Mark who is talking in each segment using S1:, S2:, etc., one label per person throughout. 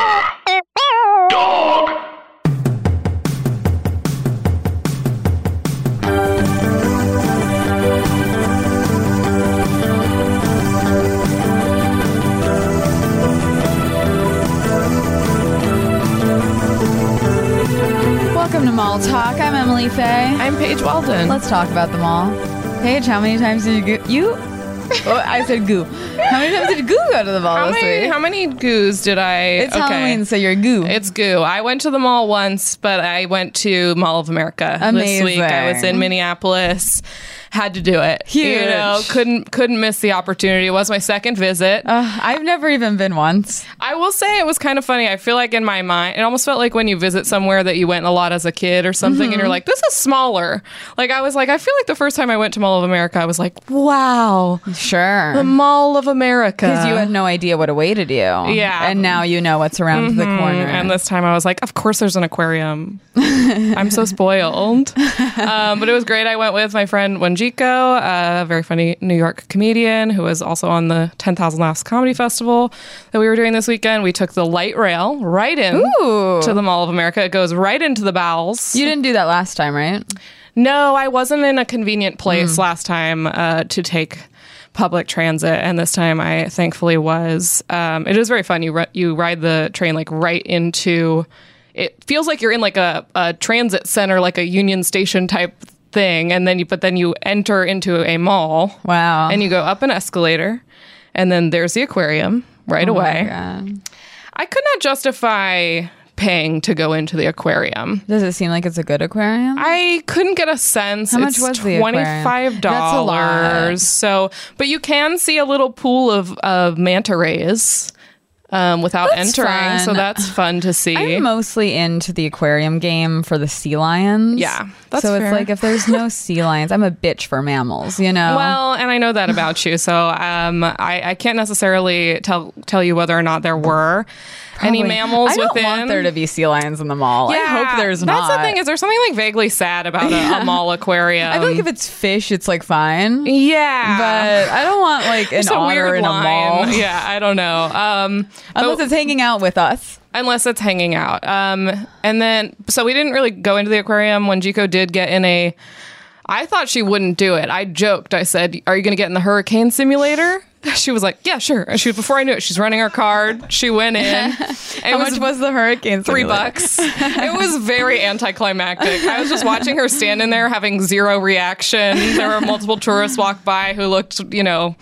S1: Forever. Dog.
S2: Welcome to Mall Talk. I'm Emily Faye.
S3: I'm Paige Walden.
S2: Let's talk about the mall. Paige, how many times did you go? You? Oh, I said goo. How many times did goo go to the mall
S3: how
S2: this
S3: many,
S2: week?
S3: how many goos did I?
S2: It's Halloween, so you're goo.
S3: It's goo. I went to the mall once, but I went to Mall of America this week. I was
S2: Amazing.
S3: in Minneapolis. Had to do it. You
S2: Huge.
S3: know, couldn't couldn't miss the opportunity. It was my second visit.
S2: Ugh, I've never even been once.
S3: I will say it was kind of funny. I feel like in my mind, it almost felt like when you visit somewhere that you went a lot as a kid or something,
S2: Mm-hmm.
S3: and you're like, this is smaller. Like I was like, I feel like the first time I went to Mall of America, I was like, wow,
S2: Sure.
S3: the Mall of America.
S2: because Mm. you had no idea what awaited you.
S3: Yeah. Mm-hmm.
S2: And now you know what's around the corner.
S3: Mm, And this time I was like, of course there's an aquarium. I'm so spoiled. Um, but it was great. I went with my friend Wenjiko, a very funny New York comedian who was also on the 10,000 Laughs Comedy Festival that we were doing this weekend. We took the light rail right in
S2: Ooh.
S3: to the Mall of America. It goes right into the bowels.
S2: you didn't do that last time, right?
S3: No, I wasn't in a convenient
S2: Mm.
S3: place last time uh, to take public transit, and this time I thankfully was. Um, it is very fun. You ri- you ride the train like right into. It feels like you're in like a, a transit center, like a Union Station type thing, and then you but then you enter into a mall,
S2: Wow.
S3: and you go up an escalator, and then there's the aquarium right
S2: Oh my
S3: away.
S2: God.
S3: I could not justify paying to go into the aquarium.
S2: Does it seem like it's a good aquarium?
S3: I couldn't get a sense. How
S2: much was the aquarium?
S3: Twenty-five
S2: That's a lot.
S3: dollars. So, but you can see a little pool of of manta rays um, without
S2: That's
S3: entering. So
S2: fun.
S3: that's fun to see.
S2: I'm mostly into the aquarium game for the sea lions.
S3: Yeah, that's
S2: so
S3: fair.
S2: it's like if there's no sea lions, I'm a bitch for mammals, you know.
S3: well, and I know that about you, so um, I, I can't necessarily tell tell you whether or not there were any
S2: Probably-
S3: mammals
S2: I don't
S3: within.
S2: want there to be sea lions in the mall. I hope there's
S3: that's
S2: not.
S3: the thing. Is there something like vaguely sad about a, a mall aquarium?
S2: I feel like if it's fish, it's like fine,
S3: yeah,
S2: but I don't want like an
S3: It's a
S2: otter
S3: weird
S2: in
S3: line.
S2: a mall
S3: Yeah, I don't know. Um,
S2: unless it's hanging out with us.
S3: unless it's hanging out. Um, and then so we didn't really go into the aquarium when Jiko did get in a. I thought she wouldn't do it. I joked. I said, "Are you going to get in the hurricane simulator?" She was like, "Yeah, sure." And she before I knew it, she's running her card. She went in. It
S2: How much was the hurricane?
S3: three
S2: simulator?
S3: bucks. It was very anticlimactic. I was just watching her stand in there having zero reaction. There were multiple tourists walk by who looked, you know,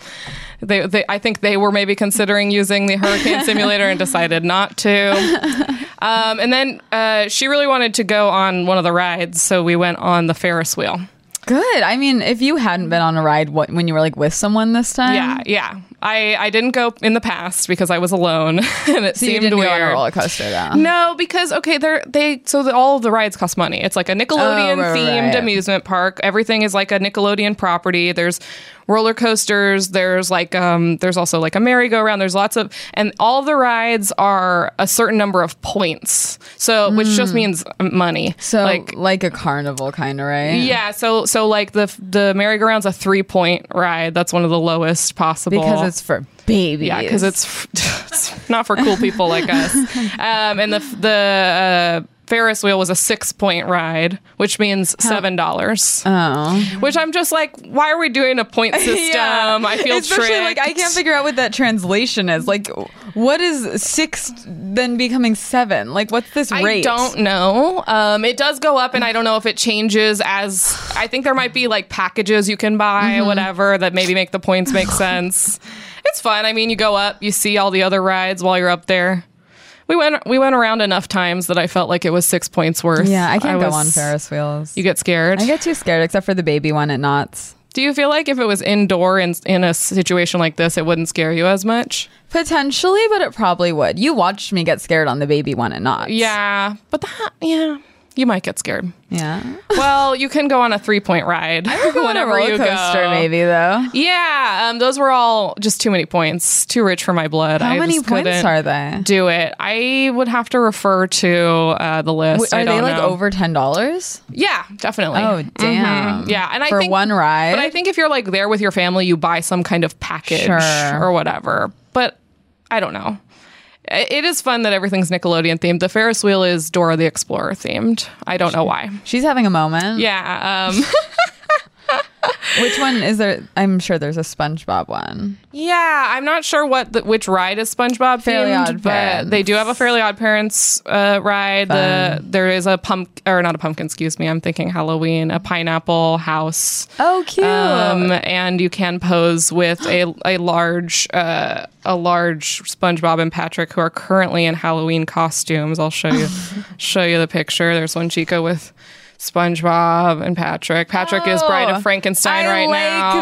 S3: they, they I think they were maybe considering using the hurricane simulator and decided not to. Um, and then uh, she really wanted to go on one of the rides, so we went on the Ferris wheel.
S2: Good. I mean, if you hadn't been on a ride what, when you were like with someone this time,
S3: Yeah, yeah. I, I didn't go in the past because I was alone, and it
S2: so you
S3: seemed
S2: didn't
S3: weird.
S2: go on a roller coaster though.
S3: No, because okay, they're they so the, all of the rides cost money. It's like a Nickelodeon
S2: Oh, right, right,
S3: themed
S2: right.
S3: amusement park. Everything is like a Nickelodeon property. There's roller coasters. There's like um there's also like a merry-go-round. There's lots of and all the rides are a certain number of points. So which just means money.
S2: Hmm. So
S3: like
S2: like, a carnival kind of right?
S3: yeah, so so like the the merry-go-round's a three-point ride. That's one of the lowest possible
S2: because it's for babies.
S3: yeah, because it's, f- it's not for cool people like us. Um, and the f- the uh, Ferris wheel was a six point ride, which means seven dollars.
S2: oh.
S3: which I'm just like, why are we doing a point system? I feel
S2: especially like I can't
S3: tricked.
S2: figure out what that translation is. Like, what is six then becoming seven? Like, what's this
S3: I
S2: rate?
S3: don't know. Um, it does go up, and I don't know if it changes as. I think there might be like packages you can buy,
S2: Mm-hmm.
S3: whatever, that maybe make the points make sense. It's fun. I mean, you go up, you see all the other rides while you're up there. We went we went around enough times that I felt like it was six points worth.
S2: Yeah, I can't go on
S3: was-
S2: Ferris wheels.
S3: You get scared.
S2: I get too scared, except for the baby one at Knott's.
S3: Do you feel like if it was indoor in in a situation like this, it wouldn't scare you as much?
S2: Potentially, but it probably would. You watched me get scared on the baby one at Knott's.
S3: Yeah, but that yeah, you might get scared.
S2: Yeah.
S3: Well, you can go on a three point ride
S2: Go on a
S3: whenever
S2: roller
S3: you
S2: coaster,
S3: go.
S2: maybe, though.
S3: Yeah, um, those were all just too many points, too rich for my blood.
S2: How
S3: I
S2: many
S3: just
S2: points
S3: couldn't
S2: are they?
S3: Do it. I would have to refer to uh, the list. I
S2: Are they
S3: don't
S2: like
S3: know.
S2: over $10?
S3: Yeah, definitely. Mm-hmm.
S2: Oh, damn.
S3: Yeah, and I
S2: For
S3: think,
S2: one ride?
S3: But I think if you're like there with your family, you buy some kind of package
S2: Sure.
S3: or whatever. But I don't know. I- It is fun that everything's Nickelodeon themed. The Ferris wheel is Dora the Explorer themed. I don't know why.
S2: She's having a moment.
S3: Yeah. Um,
S2: Which one is there? I'm sure there's a SpongeBob one.
S3: yeah. I'm not sure what the, which ride is SpongeBob
S2: Fairly
S3: themed,
S2: Odd
S3: but
S2: Parents.
S3: they do have a Fairly Odd Parents uh, ride. The, there is a pump or not a pumpkin. Excuse me. I'm thinking Halloween. A pineapple house.
S2: Oh, cute.
S3: Um, and you can pose with a a large uh, a large SpongeBob and Patrick who are currently in Halloween costumes. I'll show you show you the picture. There's one Chica with SpongeBob and Patrick. Patrick is Bride
S2: Oh,
S3: of Frankenstein
S2: I
S3: right
S2: like
S3: now.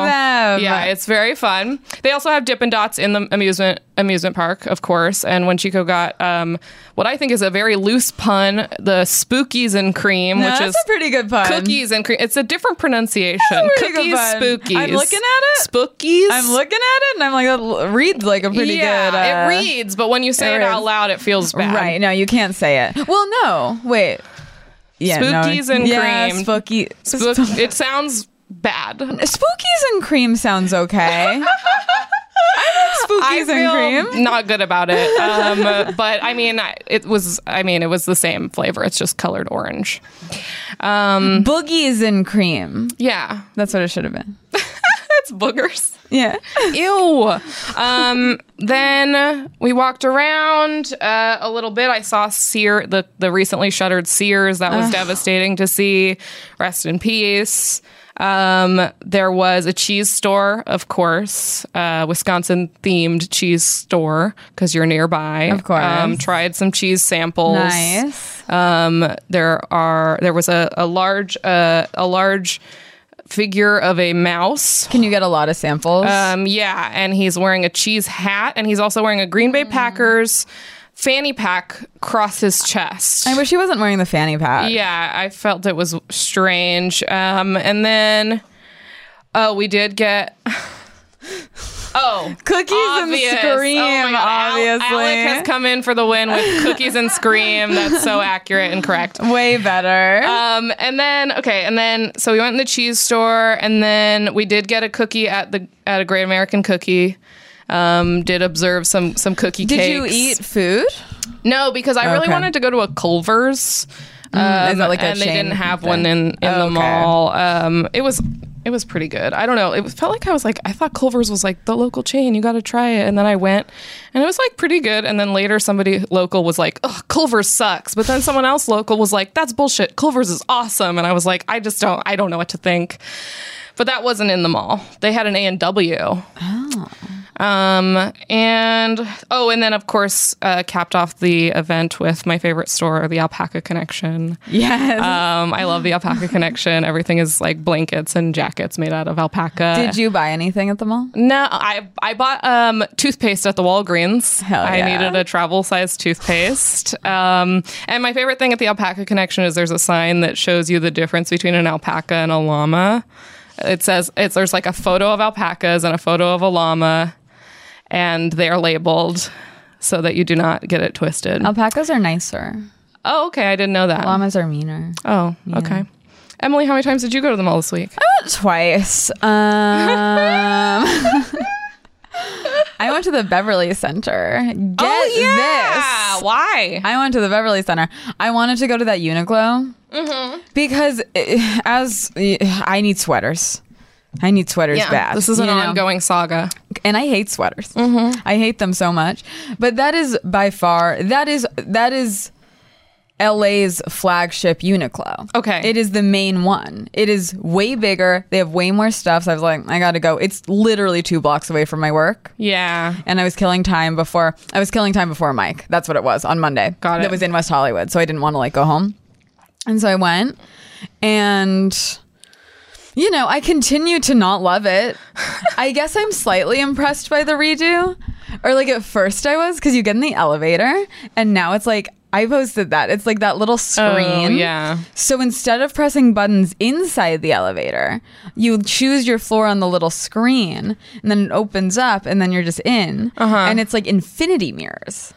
S2: them.
S3: Yeah, it's very fun. They also have Dippin' Dots in the amusement amusement park, of course. And when Chico got um, what I think is a very loose pun, the Spookies and Cream,
S2: No,
S3: which is
S2: that's a pretty good pun.
S3: Cookies and cream. It's a different pronunciation.
S2: That's a pretty good
S3: Cookies,
S2: vibe.
S3: spookies.
S2: I'm looking at it.
S3: Spookies.
S2: I'm looking at it and I'm like, that l- reads like a pretty
S3: yeah,
S2: good. Uh,
S3: it reads, but when you say
S2: it
S3: it, out
S2: reads.
S3: loud, it feels bad.
S2: Right. No, you can't say it. Well, no. Wait. Yeah, no.
S3: Spookies and
S2: yeah,
S3: cream.
S2: Spooky.
S3: Spook-
S2: sp-
S3: it sounds bad.
S2: spookies and cream sounds okay. I like
S3: I
S2: spookies and
S3: feel
S2: cream.
S3: not good about it. Um, but I mean, I- it was. I mean, it was the same flavor. It's just colored orange. Um,
S2: Boogies and cream.
S3: yeah,
S2: That's what it should have been.
S3: it's boogers.
S2: Yeah.
S3: Ew. Um, then we walked around uh, a little bit. I saw Sear, the, the recently shuttered Sears. That was devastating to see. Rest in peace. Um, there was a cheese store, of course, uh, Wisconsin themed cheese store because you're nearby.
S2: Of course.
S3: Um, tried some cheese samples.
S2: Nice.
S3: Um, there are there was a, a large uh, a large figure of a mouse
S2: Can you get a lot of samples?
S3: um, yeah, and he's wearing a cheese hat, and he's also wearing a Green
S2: Mm-hmm.
S3: Bay Packers fanny pack across his chest.
S2: I wish he wasn't wearing the fanny pack.
S3: yeah, I felt it was strange. Um, and then, oh, we did get. Oh,
S2: Cookies
S3: obvious.
S2: and scream,
S3: Oh my God, Al-
S2: obviously.
S3: Alec has come in for the win with cookies and scream. That's so accurate and correct.
S2: Way better.
S3: Um, and then okay, and then so we went in the cheese store, and then we did get a cookie at the at a Great American Cookie. Um, did observe some some cookie
S2: Did
S3: cakes.
S2: you eat food?
S3: No, because I really
S2: Okay. Mm,
S3: wanted to go to a Culver's. um,
S2: is that like a
S3: and they
S2: chain
S3: didn't have
S2: thing?
S3: one in in the
S2: Okay.
S3: mall. Um, it was it was pretty good. I don't know. It was- felt like I was like I thought Culver's was like the local chain. You got to try it. And then I went, and it was like pretty good. And then later somebody local was like, "Ugh, Culver's sucks." But then someone else local was like, "That's bullshit. Culver's is awesome." And I was like, I just don't I don't know what to think. But that wasn't in the mall. They had an A and W. Um, and oh, and then of course, uh, capped off the event with my favorite store, the Alpaca Connection.
S2: Yes.
S3: Um, I love the Alpaca Connection. Everything is like blankets and jackets made out of alpaca.
S2: Did you buy anything at the mall?
S3: No, I I bought um toothpaste at the Walgreens.
S2: Hell
S3: I
S2: yeah.
S3: needed a travel size toothpaste. Um, and my favorite thing at the Alpaca Connection is there's a sign that shows you the difference between an alpaca and a llama. It says it's there's like a photo of alpacas and a photo of a llama, and they are labeled so that you do not get it twisted.
S2: Alpacas are nicer.
S3: oh, okay, I didn't know that.
S2: Llamas are meaner.
S3: Oh, okay. Emily, how many times did you go to the mall this week?
S2: Twice. Um, I went to the Beverly Center.
S3: Oh,
S2: Get this.
S3: Why?
S2: I went to the Beverly Center. I wanted to go to that Uniqlo
S3: Mm-hmm.
S2: because eh, as eh, I need sweaters. I need sweaters bad.
S3: this is an
S2: you know?
S3: ongoing saga.
S2: and I hate sweaters. I hate them so much. But that is by far that is that is LA's flagship Uniqlo.
S3: Okay.
S2: It is the main one. It is way bigger. They have way more stuff. So I was like, I got to go. It's literally 2 blocks away from my work.
S3: Yeah.
S2: And I was killing time before I was killing time before Mike. That's what it was on Monday.
S3: Got it.
S2: That was in West Hollywood, so I didn't want to like go home. And so I went and you know, I continue to not love it. I guess I'm slightly impressed by the redo. Or like at first I was cuz you get in the elevator and now it's like I posted that. It's like that little screen.
S3: Oh, yeah.
S2: So instead of pressing buttons inside the elevator, you choose your floor on the little screen and then it opens up and then you're just in. And it's like infinity mirrors.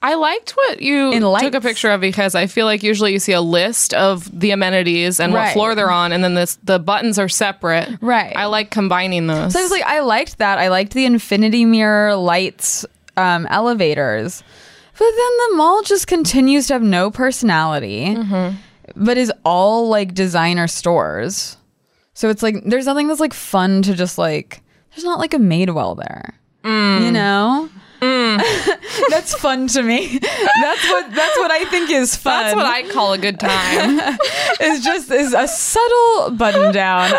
S3: I liked what you took
S2: In
S3: a
S2: lights.
S3: picture of because I feel like usually you see a list of the amenities and
S2: Right.
S3: what floor they're on, and then this the buttons are separate.
S2: Right.
S3: I like combining those.
S2: So I was like, I liked that. I liked the infinity mirror lights, um, elevators. But then the mall just continues to have no personality,
S3: Mm-hmm.
S2: but is all like designer stores. So it's like there's nothing that's like fun to just like. There's not like a Madewell there,
S3: Mm.
S2: you know. that's fun to me. That's what that's what I think is fun.
S3: That's what I call a good time.
S2: is just is a subtle button down.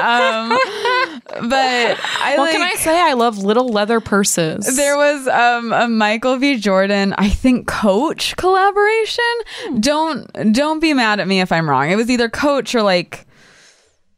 S2: Um, but I
S3: what
S2: like.
S3: can I say? I love little leather purses.
S2: There was um, a Michael V. Jordan, I think Coach collaboration.
S3: Hmm.
S2: Don't don't be mad at me if I'm wrong. It was either Coach or like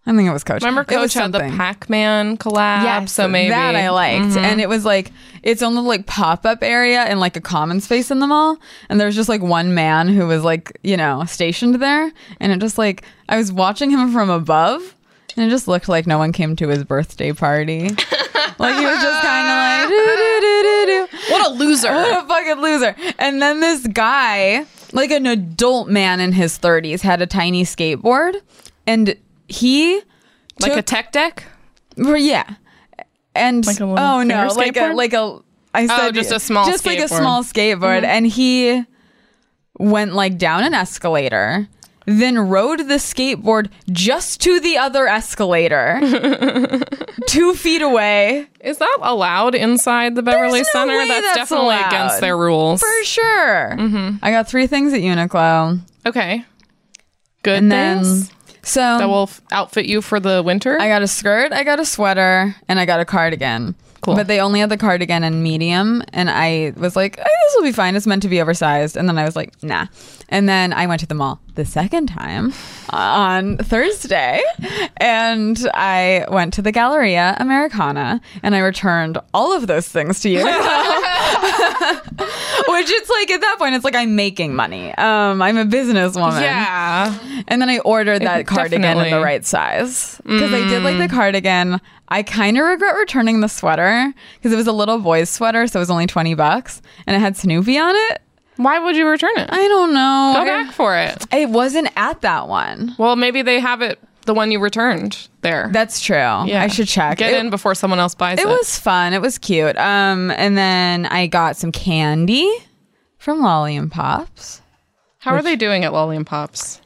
S2: I think it was Coach.
S3: Remember,
S2: It was
S3: Coach had the
S2: something.
S3: Pac-Man collab,
S2: Yes,
S3: so maybe Mm-hmm.
S2: that I liked, and it was like its own little like pop up area and like a common space in the mall, and there was just like one man who was like you know stationed there, and it just like I was watching him from above, and it just looked like no one came to his birthday party, like he was just kind of like do do do do do.
S3: What a loser!
S2: What a fucking loser. And then this guy, like an adult man in his 30s, had a tiny skateboard and he
S3: like a
S2: took-
S3: tech deck.
S2: well, yeah. And
S3: Like a little
S2: oh no,
S3: finger
S2: like a
S3: skateboard?
S2: like a I said
S3: Oh, just a small
S2: just like a
S3: skateboard.
S2: small skateboard
S3: Mm-hmm.
S2: and he went like down an escalator then rode the skateboard just to the other escalator 2 feet away
S3: Is that allowed inside the Beverly
S2: There's no
S3: Center?
S2: way
S3: that's,
S2: that's
S3: definitely
S2: allowed.
S3: against their rules.
S2: for sure.
S3: Mm-hmm.
S2: I got three things at Uniqlo.
S3: Okay, good
S2: And then,
S3: things
S2: so
S3: that will f- outfit you for the winter.
S2: I got a skirt, I got a sweater, and I got a cardigan.
S3: Cool.
S2: But they only had the cardigan in medium, and I was like, "Eh, "This will be fine. It's meant to be oversized." And then I was like, "Nah." And then I went to the mall the second time on Thursday, and I went to the Galleria Americana, and I returned all of those things to you. Which it's like at that point, it's like I'm making money. Um, I'm a businesswoman.
S3: yeah,
S2: And then I ordered that cardigan in the
S3: definitely. Mm.
S2: right size because I did like the cardigan. I kind of regret returning the sweater because it was a little boy's sweater, so it was only twenty bucks, and it had Snoopy on it.
S3: why would you return it?
S2: I don't know.
S3: Go
S2: I-
S3: back for it.
S2: It wasn't at that one.
S3: Well, maybe they have it the one you returned there.
S2: That's true. I should check.
S3: Get
S2: it,
S3: in before someone else buys it.
S2: It was fun. It was cute. Um, and then I got some candy from Lolly and Pops.
S3: How are they doing at Lolly and Pops?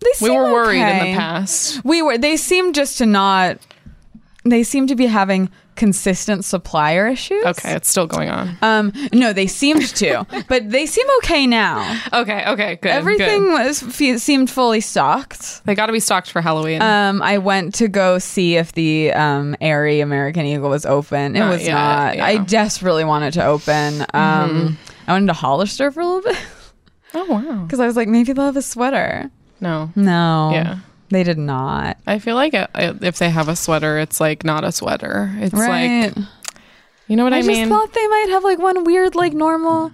S2: They
S3: We
S2: seem
S3: were worried in
S2: okay.
S3: the past.
S2: We were. They seem just to not. They seem to be having consistent supplier issues.
S3: Okay, it's still going on.
S2: Um. No, they seemed to, but they seem okay now.
S3: Okay, okay, good.
S2: Everything
S3: good.
S2: was fe- seemed fully stocked.
S3: They got to be stocked for Halloween.
S2: Um. I went to go see if the um Airy American Eagle was open. It
S3: Not
S2: was
S3: yet,
S2: not.
S3: yeah. Mm-hmm.
S2: I desperately wanted to open. Um. I went to Hollister for a little bit
S3: oh wow.
S2: because I was like, maybe they'll have a sweater.
S3: No,
S2: No.
S3: Yeah.
S2: They did not.
S3: I feel like uh, if they have a sweater, it's like not a sweater. It's
S2: Right.
S3: like you know what I,
S2: I,
S3: mean.
S2: just thought they might have like one weird, like normal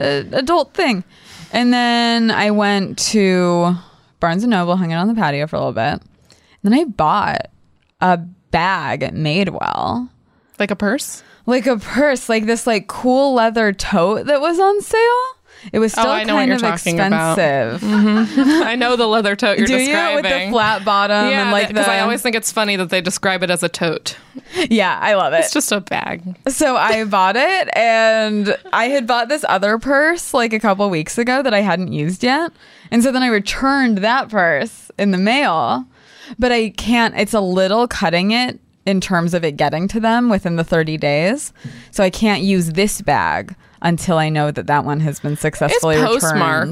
S2: uh, adult thing. And then I went to Barnes and Noble, hung out on the patio for a little bit. And then I bought a bag at Madewell,
S3: like a purse.
S2: like a purse, like this like cool leather tote that was on sale. It was still
S3: Oh, I know what
S2: kind
S3: you're
S2: of
S3: talking about.
S2: expensive.
S3: I know the leather tote you're
S2: Do you know,
S3: describing.
S2: with the flat bottom
S3: yeah,
S2: and like
S3: because
S2: the
S3: I always think it's funny that they describe it as a tote.
S2: yeah, I love it.
S3: It's just a bag.
S2: So I bought it and I had bought this other purse like a couple weeks ago that I hadn't used yet. And so then I returned that purse in the mail, but I can't, it's a little cutting it in terms of it getting to them within the 30 days. So I can't use this bag until I know that that one has been
S3: It's
S2: successfully returned.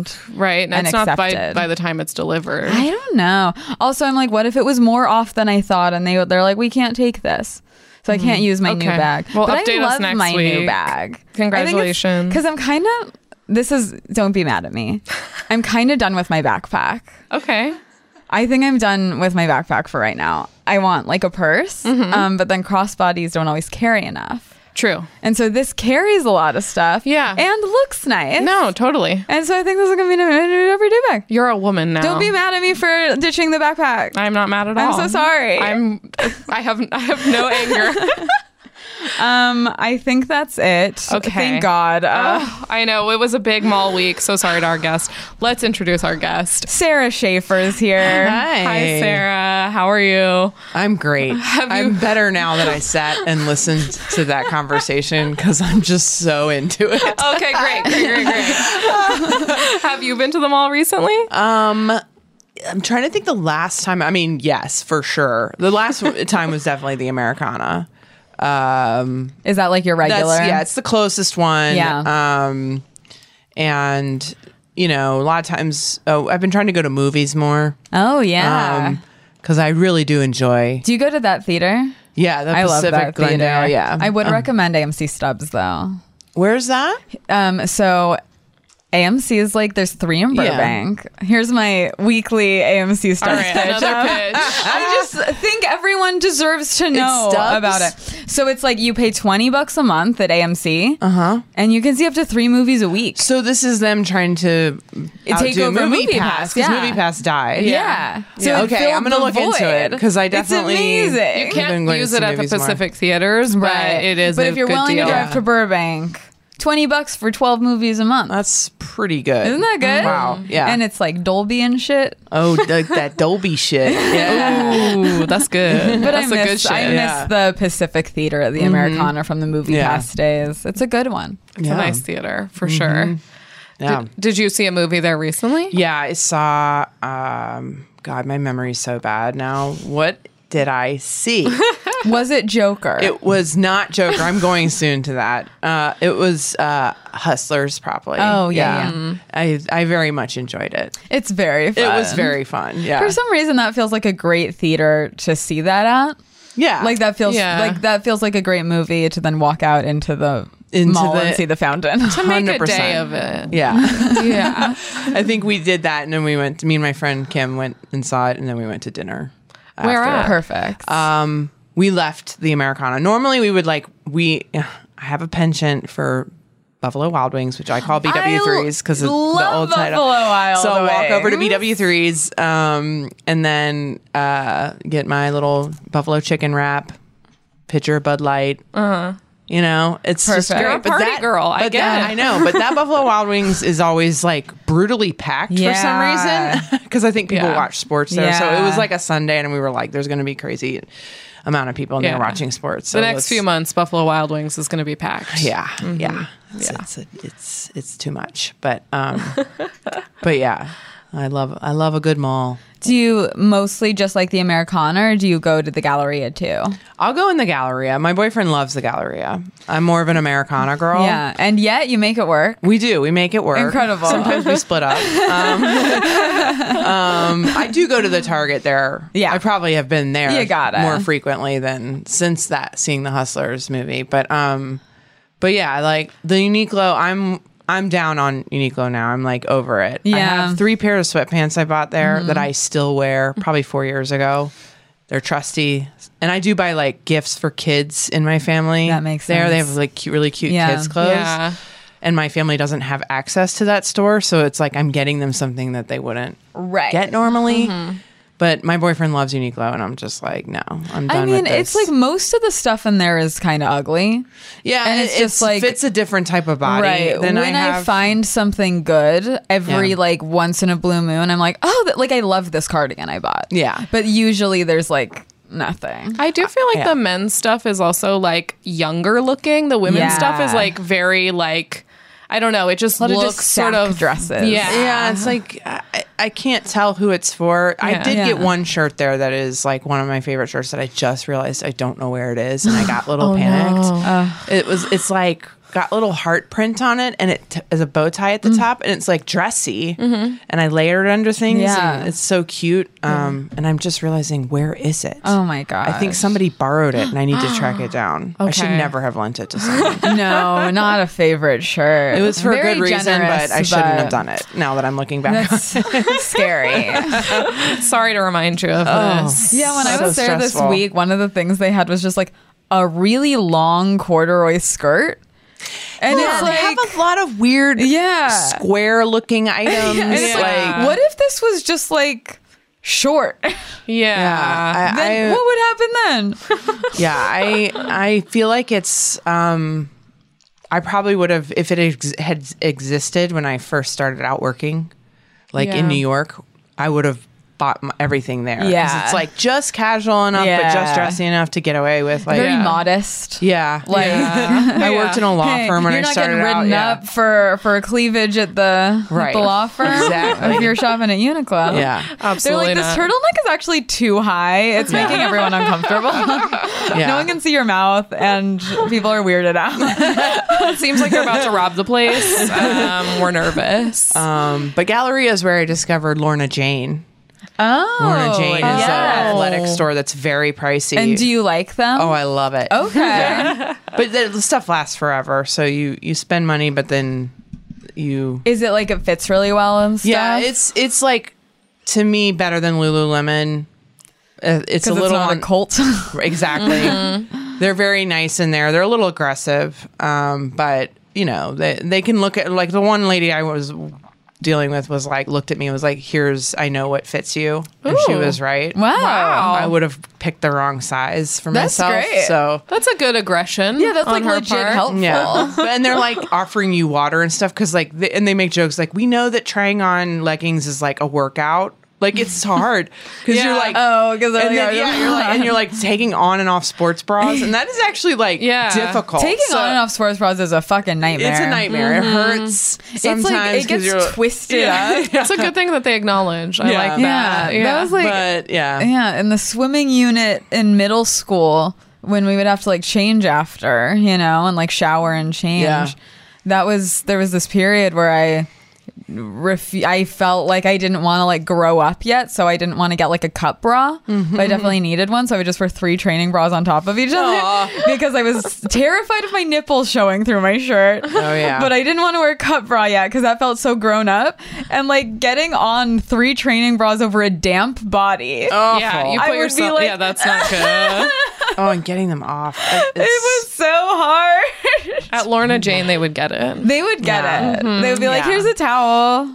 S3: postmarked, right? And,
S2: and
S3: it's not by
S2: accepted.
S3: by the time it's delivered.
S2: I don't know. Also, I'm like, what if it was more off than I thought? And they they're like, we can't take this, so I can't use my new
S3: Mm-hmm. Okay.
S2: bag.
S3: Well,
S2: but
S3: update
S2: I
S3: us
S2: love
S3: next
S2: my new
S3: week.
S2: bag.
S3: Congratulations.
S2: Because I'm kind of. This is don't be mad at me. I'm kind of done with my backpack.
S3: okay.
S2: I think I'm done with my backpack for right now. I want like a purse,
S3: Mm-hmm.
S2: um, but then crossbodies don't always carry enough,
S3: True.
S2: and so this carries a lot of stuff.
S3: Yeah.
S2: and looks nice.
S3: No, totally.
S2: and so I think this is gonna be an everyday bag.
S3: You're a woman now.
S2: Don't be mad at me for ditching the backpack.
S3: I'm not mad at all.
S2: I'm so sorry.
S3: I'm. I have. I have no anger.
S2: Um, I think that's it.
S3: Okay.
S2: Thank God.
S4: Oh.
S2: Uh,
S3: I know it was a big mall week, so sorry to our guest. Let's introduce our guest.
S2: Sarah Schaefer's here.
S4: Hi.
S3: Hi, Sarah. How are you?
S4: I'm great. I'm better now that I sat and listened to that conversation because I'm just so into it.
S2: Oh.
S3: Okay, great, great, great, great. Have you been to the mall recently?
S4: I'm trying to think the last time. I mean, yes, for sure. The last w- time was definitely the Americana. Um,
S2: Is that like your
S4: that's,
S2: regular?
S4: yeah, it's the closest one.
S2: Yeah.
S4: Um, and you know, a lot of times, oh, I've been trying to go to movies more.
S2: Oh yeah.
S4: Um, because I really do enjoy.
S2: Do you go to that theater?
S4: Yeah, the
S2: I love
S4: Pacific
S2: that theater.
S4: Glendale. Yeah, Uh, Um,
S2: I would recommend AMC Stubbs though.
S4: Where's that?
S2: Um, so AMC is like there's three in
S4: Yeah.
S2: Burbank. Here's my weekly AMC
S3: All
S2: Stubbs
S3: right,
S2: pitch. Um,
S3: another pitch.
S2: I just think everyone deserves to know
S4: Ah. Stubbs?
S2: about it. So it's like you pay twenty bucks a month at AMC, uh-huh. and you can see up to three movies a week.
S4: So this is them trying to
S2: It take
S4: outdo
S2: over MoviePass,
S4: because
S2: yeah.
S4: MoviePass died.
S2: Yeah. So
S4: Yeah.
S2: it
S4: Okay,
S2: filled
S4: I'm gonna
S2: the
S4: look into it, 'cause I definitely-
S2: It's amazing.
S3: You
S4: been
S3: can't
S4: going to
S3: use it
S4: see
S3: at the
S4: movies more.
S3: Pacific theaters, but it is.
S2: But
S3: a
S2: if you're
S3: good
S2: willing
S3: deal.
S2: to drive to Burbank, twenty bucks for twelve movies a month.
S4: That's pretty good.
S2: Isn't that good? Mm.
S4: Wow. Yeah.
S2: And it's like Dolby and shit.
S4: oh, the, that Dolby shit. Yeah.
S3: Ooh, that's good.
S2: But
S3: that's
S2: I miss
S3: a good shit.
S2: I miss
S4: Yeah. Mm-hmm.
S2: the Pacific Theater at the Americana from the movie
S4: Yeah.
S2: past days. It's a good one.
S3: It's
S4: Yeah.
S3: a nice theater for sure.
S4: Yeah.
S3: Did you see a movie there recently?
S4: Yeah, I saw. Um, God, my memory's so bad now. What did I see?
S2: Was it Joker?
S4: it was not Joker. I'm going soon to that. Uh, it was uh, Hustlers, probably.
S2: Oh, yeah,
S4: I I very much enjoyed it.
S2: it's very
S4: It
S2: fun.
S4: was very fun. Yeah.
S2: For some reason, that feels like a great theater to see that at.
S4: yeah.
S2: Like that feels
S3: Yeah.
S2: like that feels like a great movie to then walk out into the
S4: Into
S2: mall and
S4: the-
S2: see the fountain.
S3: To make a
S4: 100%.
S3: day of it.
S4: Yeah.
S3: Yeah.
S4: I think we did that, and then we went. Me and my friend Kim went and saw it, and then we went to dinner.
S3: Where at? Uh,
S2: Perfect.
S4: Um, we left the Americana. Normally, we would like we. I have a penchant for Buffalo Wild Wings, which I call BW threes because it's the
S2: love
S4: old title.
S2: Buffalo Wild
S4: so I'll walk over to
S3: Mm-hmm.
S2: Wings.
S4: BW threes, um, and then uh, get my little buffalo chicken wrap, pitcher of Bud Light. Uh huh.
S3: Uh-huh.
S4: You know, it's just
S2: Perfect.
S4: great.
S2: You're a
S4: But
S3: party
S4: that-
S3: girl. I
S4: but
S3: get
S4: that-
S3: it.
S4: I know, but that Buffalo Wild Wings is always like brutally packed
S2: Yeah.
S4: for some reason because I think people
S3: Yeah.
S4: watch sports there. So it was
S2: Yeah.
S4: like a Sunday, and we were like, "There's going to be crazy amount of people in
S3: Yeah.
S4: there watching sports." So
S3: The next
S4: let's-
S3: few months, Buffalo Wild Wings is going to be packed.
S4: yeah, yeah, Mm-hmm. it's, It's, it's it's too much, but um, but yeah, I love I love a good mall.
S2: do you mostly just like the Americana, or do you go to the Galleria too?
S4: I'll go in the Galleria. My boyfriend loves the Galleria. I'm more of an Americana girl.
S2: Yeah, and yet you make it work.
S4: We do. We make it work.
S2: Incredible.
S4: Sometimes we split up. Um, um, I do go to the Target there.
S2: Yeah.
S4: I probably have been there.
S2: You gotta.
S4: more frequently than since that seeing the Hustlers movie. But um, but yeah, like the Uniqlo. I'm I'm down on Uniqlo now. I'm like over it. I
S2: Yeah. Mm-hmm.
S4: have three pairs of sweatpants I bought there that I still wear probably four years ago. They're trusty, and I do buy like gifts for kids in my family.
S2: That makes
S4: there. They
S2: sense.
S4: have like cute, really cute
S2: Yeah.
S4: kids clothes
S3: Yeah.
S4: and my family doesn't have access to that store so it's like i'm getting them something that they wouldn't
S2: Right. Mm-hmm.
S4: get normally but my boyfriend loves uniqlo and i'm just like no i'm done
S2: I mean,
S4: with
S2: it's
S4: this.
S2: like most of the stuff in there is kind of ugly.
S4: yeah
S2: and
S4: and
S2: it's
S4: it's
S2: just like-
S4: fits a different type of body
S2: right.
S4: than
S2: when
S4: i,
S2: I,
S4: have.
S2: find something good every
S4: Yeah.
S2: like once in a blue moon, I'm like, oh, that, like I love this cardigan I bought.
S4: Yeah.
S2: But usually there's like nothing.
S3: I do feel like
S4: yeah.
S3: the men's stuff is also like younger looking. The women's
S2: Yeah.
S3: stuff is like very like I don't know. It just
S2: lot of
S3: looks
S2: just
S3: sort
S2: sack
S3: of
S2: dresses.
S3: Yeah,
S4: yeah it's like I, I can't tell who it's for
S3: Yeah.
S4: i did
S2: Yeah.
S4: get one shirt there that is like one of my favorite shirts that i just realized i don't know where it is and i got a little
S2: Oh,
S4: panicked
S2: Uh.
S4: it was it's like got a little heart print on it and it t- is a bow tie at
S2: Mm.
S4: the top and it's like dressy and i layered it under things
S2: Mm-hmm. Yeah.
S4: and it's so cute um and i'm just realizing where is it
S2: Oh my god.
S4: i think somebody borrowed it and i need to track it down i should
S3: Okay.
S4: never have lent it to someone
S2: no, not a favorite shirt.
S4: it was for
S2: Very
S4: a good reason
S2: generous,
S4: but i shouldn't have done it now that i'm looking back on
S2: That's scary.
S3: Sorry to remind you of this.
S2: Yeah, when I
S4: So
S2: was there this
S4: stressful.
S2: week, one of the things they had was just like a really long corduroy skirt. And
S4: Yeah,
S2: it's
S4: they
S2: like
S4: have a lot of weird,
S2: Yeah.
S4: square looking items.
S2: And it's
S4: Like,
S2: like, what if this was just like short.
S3: Yeah.
S4: I,
S2: then
S4: I-
S2: what would happen then?
S4: yeah i i feel like it's um i probably would have if it ex- had existed when i first started out working like
S3: Yeah.
S4: in new york i would have bought my, everything there 'Cause
S2: Yeah.
S4: it's like just casual enough but
S2: Yeah.
S4: just dressy enough to get away with like
S2: Very
S4: yeah,
S3: Yeah.
S2: modest.
S4: Like, i worked in a law
S2: Hey,
S4: firm when
S2: you're
S4: i
S2: not
S4: started
S2: getting
S4: out
S2: ridden
S4: yeah.
S2: up for for cleavage at the, at
S4: Right.
S2: the law firm
S4: Exactly.
S2: if you're shopping at Uniqlo.
S4: yeah
S2: They're
S3: Absolutely
S2: like, this
S3: not.
S2: turtleneck is actually too high. It's making everyone uncomfortable.
S4: yeah
S2: no one can see your mouth, and people are weirded out.
S3: It seems like you're about to rob the place. Um, we're nervous.
S4: um but galleria is where i discovered lorna jane
S2: oh,
S4: lorna jane is uh,
S2: yes.
S4: an athletic store that's very pricey
S2: And do you like them?
S4: oh i love it
S2: okay.
S4: but the the stuff lasts forever so you you spend money but then you
S2: Is it like it fits really well and stuff?
S4: yeah it's it's like to me better than lululemon Uh, it's a
S2: because it's,
S4: little
S2: not
S4: on,
S2: a cult. Mm-hmm.
S4: exactly they're very nice in there they're a little aggressive um but you know they they can look at like the one lady i was dealing with was like looked at me and was like here's i know what fits you and she
S3: Ooh.
S4: was right
S2: wow.
S3: Wow.
S4: i would have picked the wrong size for
S2: Oh. That's
S4: myself
S2: great.
S4: so
S3: That's a good aggression.
S2: Yeah, that's
S3: on
S2: like
S3: her
S2: legit
S3: part.
S2: helpful.
S4: Yeah. But- and they're like offering you water and stuff because like they, and they make jokes like we know that trying on leggings is like a workout. Like it's hard because
S3: Yeah.
S4: you're like
S2: Oh, because
S4: and then, yeah, you're like and you're like taking on and off sports bras and that is actually like
S3: Yeah.
S4: difficult.
S2: taking
S4: So
S2: on and off sports bras is a fucking nightmare.
S4: It's a nightmare. It hurts sometimes.
S2: It's like it
S4: 'cause
S2: gets
S4: you're-
S2: twisted up.
S3: It's a good thing that they acknowledge. I
S4: Yeah.
S3: like
S2: Yeah,
S3: that. Yeah.
S2: that was like
S4: But yeah,
S2: yeah, in the swimming unit in middle school when we would have to like change after, you know, and like shower and change.
S4: Yeah.
S2: That was there was this period where I ref- I felt like I didn't want to like grow up yet, so I didn't want to get like a cut bra,
S4: Mm-hmm.
S2: but I definitely needed one, so I just wear three training bras on top of each other because I was terrified of my nipples showing through my shirt.
S4: Oh, yeah.
S2: But I didn't want to wear a cut bra yet because that felt so grown up, and like getting on three training bras over a damp body.
S4: awful.
S3: yeah, you
S2: I
S3: put
S2: would be
S3: yourself.
S2: like-
S3: yeah, that's not good.
S4: oh, and getting them off. It
S2: It was so hard.
S3: At Lorna Jane, they would get it.
S2: They would get
S4: Yeah. Mm-hmm.
S2: it. They would be like,
S4: Yeah.
S2: "Here's a towel."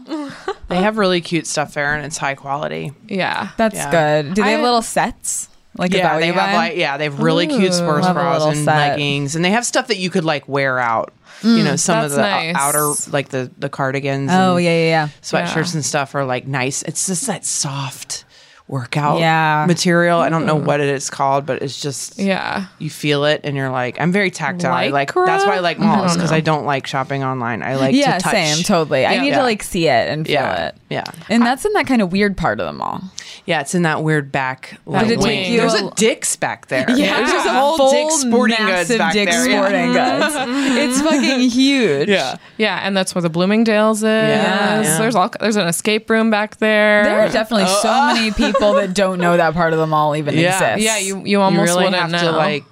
S4: They have really cute stuff there, and it's high quality.
S3: Yeah.
S2: That's
S4: Yeah.
S2: good. Do they have
S3: I-
S2: little sets? Like is that what
S4: they
S2: you
S4: have
S2: buy 'em?
S4: like yeah, they have really cute sports
S2: Love a
S4: bras
S2: little
S4: and
S2: set.
S4: leggings, and they have stuff that you could like wear out. you know, some of
S3: that's
S4: the o-
S3: nice.
S4: outer like the the cardigans.
S2: Mm, Oh
S4: and
S2: yeah, yeah,
S4: sweatshirts
S3: Yeah.
S4: and stuff are like nice. It's just that soft workout
S2: Yeah.
S4: material. I don't know what it is called, but it's just
S3: Yeah.
S4: You feel it, and you're like, I'm very tactile. I Like
S3: Lycra?
S4: that's why I like malls
S3: don't
S4: because I don't like shopping online. I like
S2: yeah. Mm-hmm. Yeah,
S4: to touch.
S2: same, totally. I
S3: Yeah.
S2: need
S4: Yeah.
S2: to like see it and feel
S4: Yeah,
S2: it.
S4: yeah,
S2: And that's in that kind of weird part of the mall.
S4: yeah. It's in that weird back.
S2: Did it
S4: Like,
S2: take
S4: wing.
S2: you
S4: There's
S2: a-
S4: a Dick's back there.
S2: Yeah,
S4: there's
S2: there's
S4: just
S2: a
S4: a whole
S2: full
S4: Dick's sporting goods
S2: massive
S4: back
S2: Dick's
S4: there. Yeah.
S2: sporting goods. It's fucking huge.
S4: Yeah.
S3: Yeah, and that's where the Bloomingdale's is.
S4: Yeah.
S3: There's all there's an escape room back there.
S2: There are definitely so many people that don't know that part of the mall even
S4: Uh, Yeah.
S2: exists.
S3: yeah, you you almost
S4: you really
S3: wouldn't
S4: have
S3: know.
S4: to like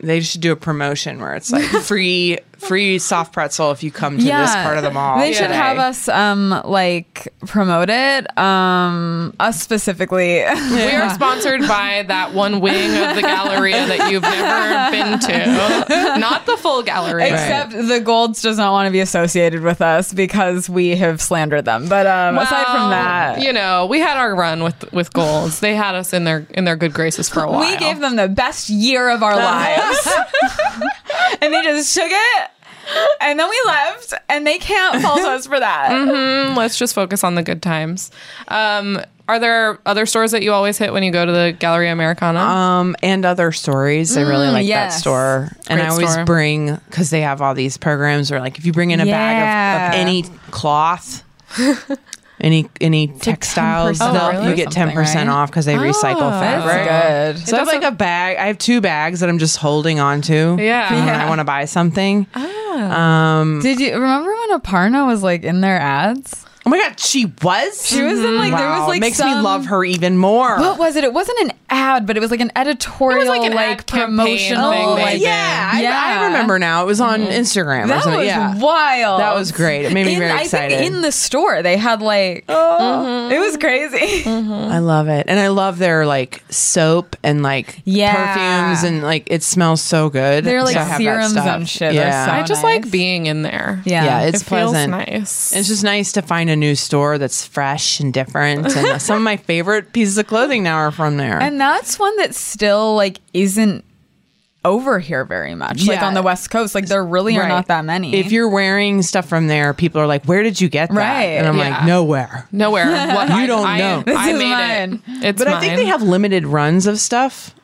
S4: they should do a promotion where it's like free free soft pretzel if you come to this part of the mall.
S2: They should
S4: today.
S2: have us um like promote it. Um us specifically.
S3: we are sponsored by that one wing of the Galleria that you've never been to. Not the full Galleria.
S2: Except the Golds does not want to be associated with us because we have slandered them. But um aside
S3: Well,
S2: from that,
S3: you know, we had our run with with goals. They had us in their in their good graces for a while.
S2: we gave them the best year of our lives. and they just took it. And then we left, and they can't fault us for that.
S3: Let's just focus on the good times. Um, are there other stores that you always hit when you go to the Galleria Americana?
S4: um and other stories. I really like
S2: Mm, yes.
S4: that store. and
S3: Great
S4: I always
S3: store.
S4: bring because they have all these programs where like if you bring in a bag of,
S2: Yeah.
S4: of any cloth any any
S2: 10%
S4: textiles they'll-
S2: off
S4: you
S2: or
S4: get
S2: something, Oh,
S4: 10% off because they recycle fabric.
S2: That's good.
S4: So I have like a bag. I have two bags that I'm just holding on to.
S3: Yeah.
S4: for when
S2: Yeah.
S4: I want to buy something. Um,
S2: Did you remember when Aparna was like in their ads?
S4: Oh my god, she was.
S2: She was in, like, there was, like,
S4: makes me
S2: some-
S4: love her even more.
S2: What was it? It wasn't an ad, but it was like an
S3: It
S2: editorial,
S3: was, like,
S2: like,
S3: an ad campaign
S2: promotional.
S3: thing they
S2: like,
S3: did.
S4: Oh, yeah, Mm-hmm. I,
S2: Yeah.
S4: I remember now. It was on Instagram or
S2: that
S4: something.
S2: was
S4: yeah,
S2: wild.
S4: that was great. It made me
S2: In-
S4: very
S2: I
S4: excited.
S2: think in the store they had like
S3: Oh.
S2: Mm-hmm. it was crazy.
S3: Mm-hmm.
S4: I love it, and I love their like soap and like
S2: Yeah.
S4: perfumes, and like it smells so good.
S2: They're, like,
S4: So I have that
S2: serums
S4: stuff.
S2: and shit. They're
S4: Yeah,
S2: so-
S3: I just
S2: nice.
S3: like being in there.
S4: Oh, yeah, it's
S3: it feels
S4: pleasant.
S3: nice.
S4: It's just nice to find a a new store that's fresh and different. And uh, some of my favorite pieces of clothing now are from there.
S2: And that's one that still like isn't over here very much. Like
S4: Yeah.
S2: on the West Coast, like there really are
S4: Right.
S2: not that many.
S4: If you're wearing stuff from there, people are like, "Where did you get that?"
S2: Right.
S4: And I'm
S3: Yeah.
S4: like, "Nowhere."
S3: Nowhere. What, you
S4: don't know.
S3: I,
S4: This
S2: is
S3: made
S2: mine.
S3: it. It's
S4: But I think
S3: mine.
S4: they have limited runs of stuff.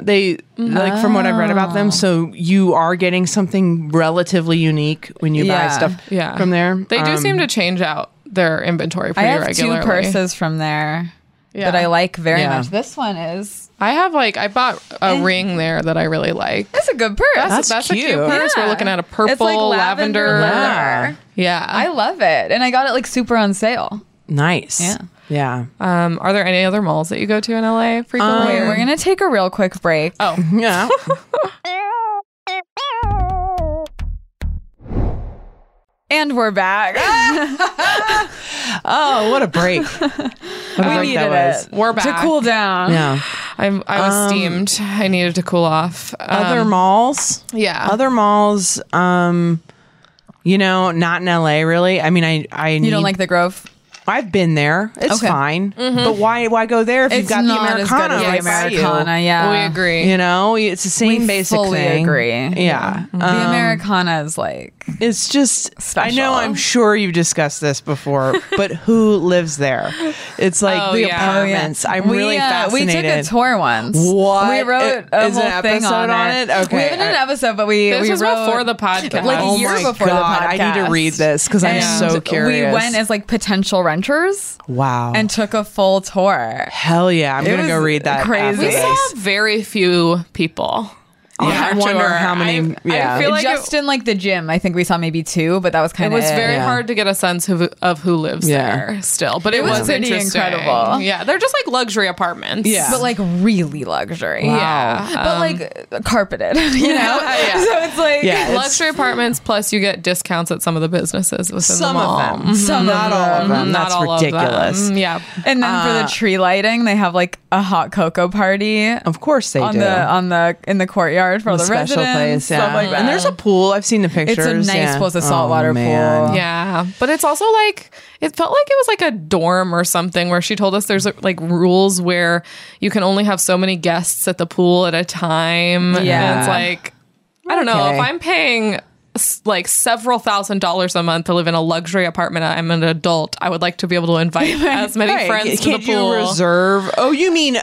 S4: They like from what I've read about them, so you are getting something relatively unique when you
S2: Yeah.
S4: buy stuff
S3: yeah.
S4: from there.
S3: They do
S4: Um,
S3: seem to change out their inventory
S2: I
S3: pretty
S2: have
S3: regularly.
S2: two purses from there that
S3: Yeah.
S2: I like very
S4: Yeah.
S2: much. This one is
S3: I have like I bought a ring there that I really like.
S2: that's a good purse.
S4: That's
S3: a cute
S4: cute.
S3: purse. We're
S2: Yeah.
S3: looking at a purple,
S2: It's like
S3: lavender.
S2: lavender, leather.
S4: Yeah.
S3: Yeah.
S2: I love it, and I got it like super on sale.
S4: Um, nice.
S2: Yeah.
S4: Yeah.
S3: um, are there any other malls that you go to in LA frequently?
S2: Wait, Um, we're gonna take a real quick break.
S3: oh,
S4: Yeah.
S2: And we're back.
S4: oh, what a break. What a
S2: we needed it.
S3: We're back.
S2: to cool down.
S4: Yeah.
S3: I'm, I was steamed. I needed to cool off. Um,
S4: Um, Other malls.
S3: yeah.
S4: Other malls. Um, you know, not in LA really. I mean, I I
S2: You don't like the Grove?
S4: I've been there. It's
S2: Okay. Mm-hmm.
S4: fine. But why why go there if you've
S2: It's
S4: got the
S2: not as good
S4: Americana
S2: as the
S4: right by you?
S2: Americana. Yeah,
S3: we agree.
S4: You know, it's the same basic
S2: fully
S4: thing.
S2: agree.
S4: Yeah.
S2: the
S4: Um,
S2: Americana is like
S4: it's just I
S2: Special.
S4: know I'm sure you've discussed this before, but who lives there? It's like
S3: Oh,
S4: the
S3: yeah. Oh, yeah.
S4: apartments. I'm really
S2: uh,
S4: fascinated.
S2: We took a tour once.
S4: What?
S2: We wrote a
S4: Is
S2: whole
S4: an
S2: thing
S4: episode
S2: on,
S4: on
S2: it.
S4: it?
S2: We
S4: Okay.
S2: haven't done an episode, but we
S3: this
S2: we
S3: was
S2: wrote
S3: before the podcast.
S2: like
S4: Oh
S2: a year
S4: my
S2: before
S4: God,
S2: the podcast.
S4: I need to read this 'cause I'm
S2: And
S4: so curious. Oh.
S2: We went as like potential renters
S4: wow.
S2: and took a full tour.
S4: hell yeah, I'm gonna
S2: was
S4: go read that.
S2: crazy.
S4: after
S3: we
S2: Yes.
S3: saw
S4: this.
S3: very few people. on
S4: Yeah, I
S3: our
S4: wonder
S3: tour.
S4: how many-
S3: I- I
S4: yeah.
S3: feel like
S2: Just
S3: it,
S2: in like the gym, I think we saw maybe two, but that was
S3: it
S2: kind of
S3: was very
S4: Yeah.
S3: hard to get a sense of, of who lives
S4: Yeah.
S3: there still, but it,
S2: was pretty
S3: interesting.
S2: incredible.
S3: Yeah, they're just like luxury apartments.
S4: Yeah. Um,
S2: but like really luxury.
S3: Yeah.
S2: but like carpeted, you know.
S3: Yeah.
S2: So it's like
S4: Yeah, it's-
S3: luxury apartments plus you get discounts at some of the businesses within
S4: some
S3: the mall. Mm,
S4: of them,
S2: Some
S4: not
S2: of
S4: all of
S2: them. Mm-hmm.
S4: them.
S3: Not
S4: That's
S3: all of them. Mm,
S4: ridiculous.
S3: Yeah.
S2: And then for the tree lighting, they have like a hot cocoa party
S4: Of course Uh, they
S2: on
S4: do.
S2: the on the in the courtyard for all the
S4: special
S2: residents.
S4: place, yeah.
S2: stuff like that.
S4: And there's a pool. I've seen the
S2: it's
S4: pictures.
S2: a nice
S4: yeah.
S2: place, a
S4: Oh,
S2: saltwater
S4: man.
S2: pool.
S3: Yeah, but it's also like it felt like it was like a dorm or something where she told us there's like rules where you can only have so many guests at the pool at a time. and
S2: Yeah.
S3: it's like I don't know
S4: Okay.
S3: if I'm paying s- like several thousand dollars a month to live in a luxury apartment. I'm an adult. I would like to be able to invite as many
S4: Right.
S3: friends to the
S4: Can't
S3: pool.
S4: you reserve? Oh, you mean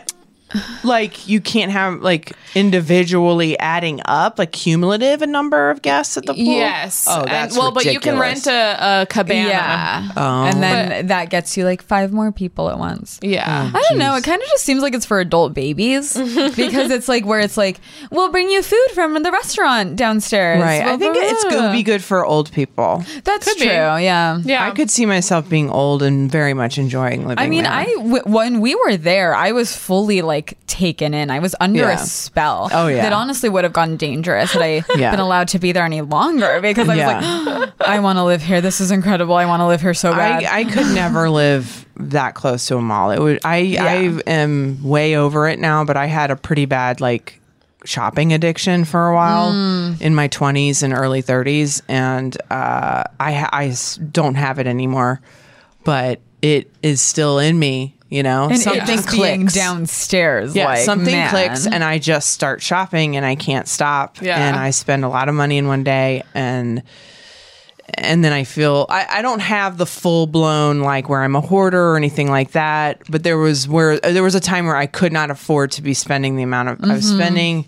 S4: like you can't have like individually adding up like cumulative a number of guests at the pool?
S3: Yes.
S4: Oh,
S3: And-
S4: that's
S3: well, but you can rent
S4: ridiculous.
S3: a, a
S2: Yeah.
S3: cabana.
S4: Oh.
S2: and then that gets you like five more people at once.
S4: Hmm.
S3: Yeah.
S2: I don't know. It kind of just seems like it's for adult babies because it's like where it's like we'll bring you food from the restaurant downstairs.
S4: Right. I think it's going to be good for old people.
S2: That's
S3: Could be.
S2: true. Yeah.
S3: Yeah.
S4: I could see myself being old and very much enjoying living.
S2: I mean,
S4: there.
S2: I w- when we were there, I was fully like taken in. I was under
S4: Yeah.
S2: a spell.
S4: Oh, yeah.
S2: that honestly would have gotten dangerous had I
S4: Yeah.
S2: been allowed to be there any longer because I was
S4: Yeah.
S2: like, I want to live here. This is incredible. I want to live here so bad.
S4: I, I could never live that close to a mall. It would I I am way over it now, but I had a pretty bad like shopping addiction for a while
S2: Mm.
S4: in my 20s and early 30s and uh I ha- I s- don't have it anymore, but it is still in me, you know.
S2: and it just being downstairs,
S4: Yeah,
S2: like
S4: something
S2: man.
S4: clicks and I just start shopping and I can't stop.
S3: Yeah.
S4: And I spend a lot of money in one day and and then I feel I, I don't have the full blown like where I'm a hoarder or anything like that. But there was where there was a time where I could not afford to be spending the amount of I
S2: Mm-hmm.
S4: was spending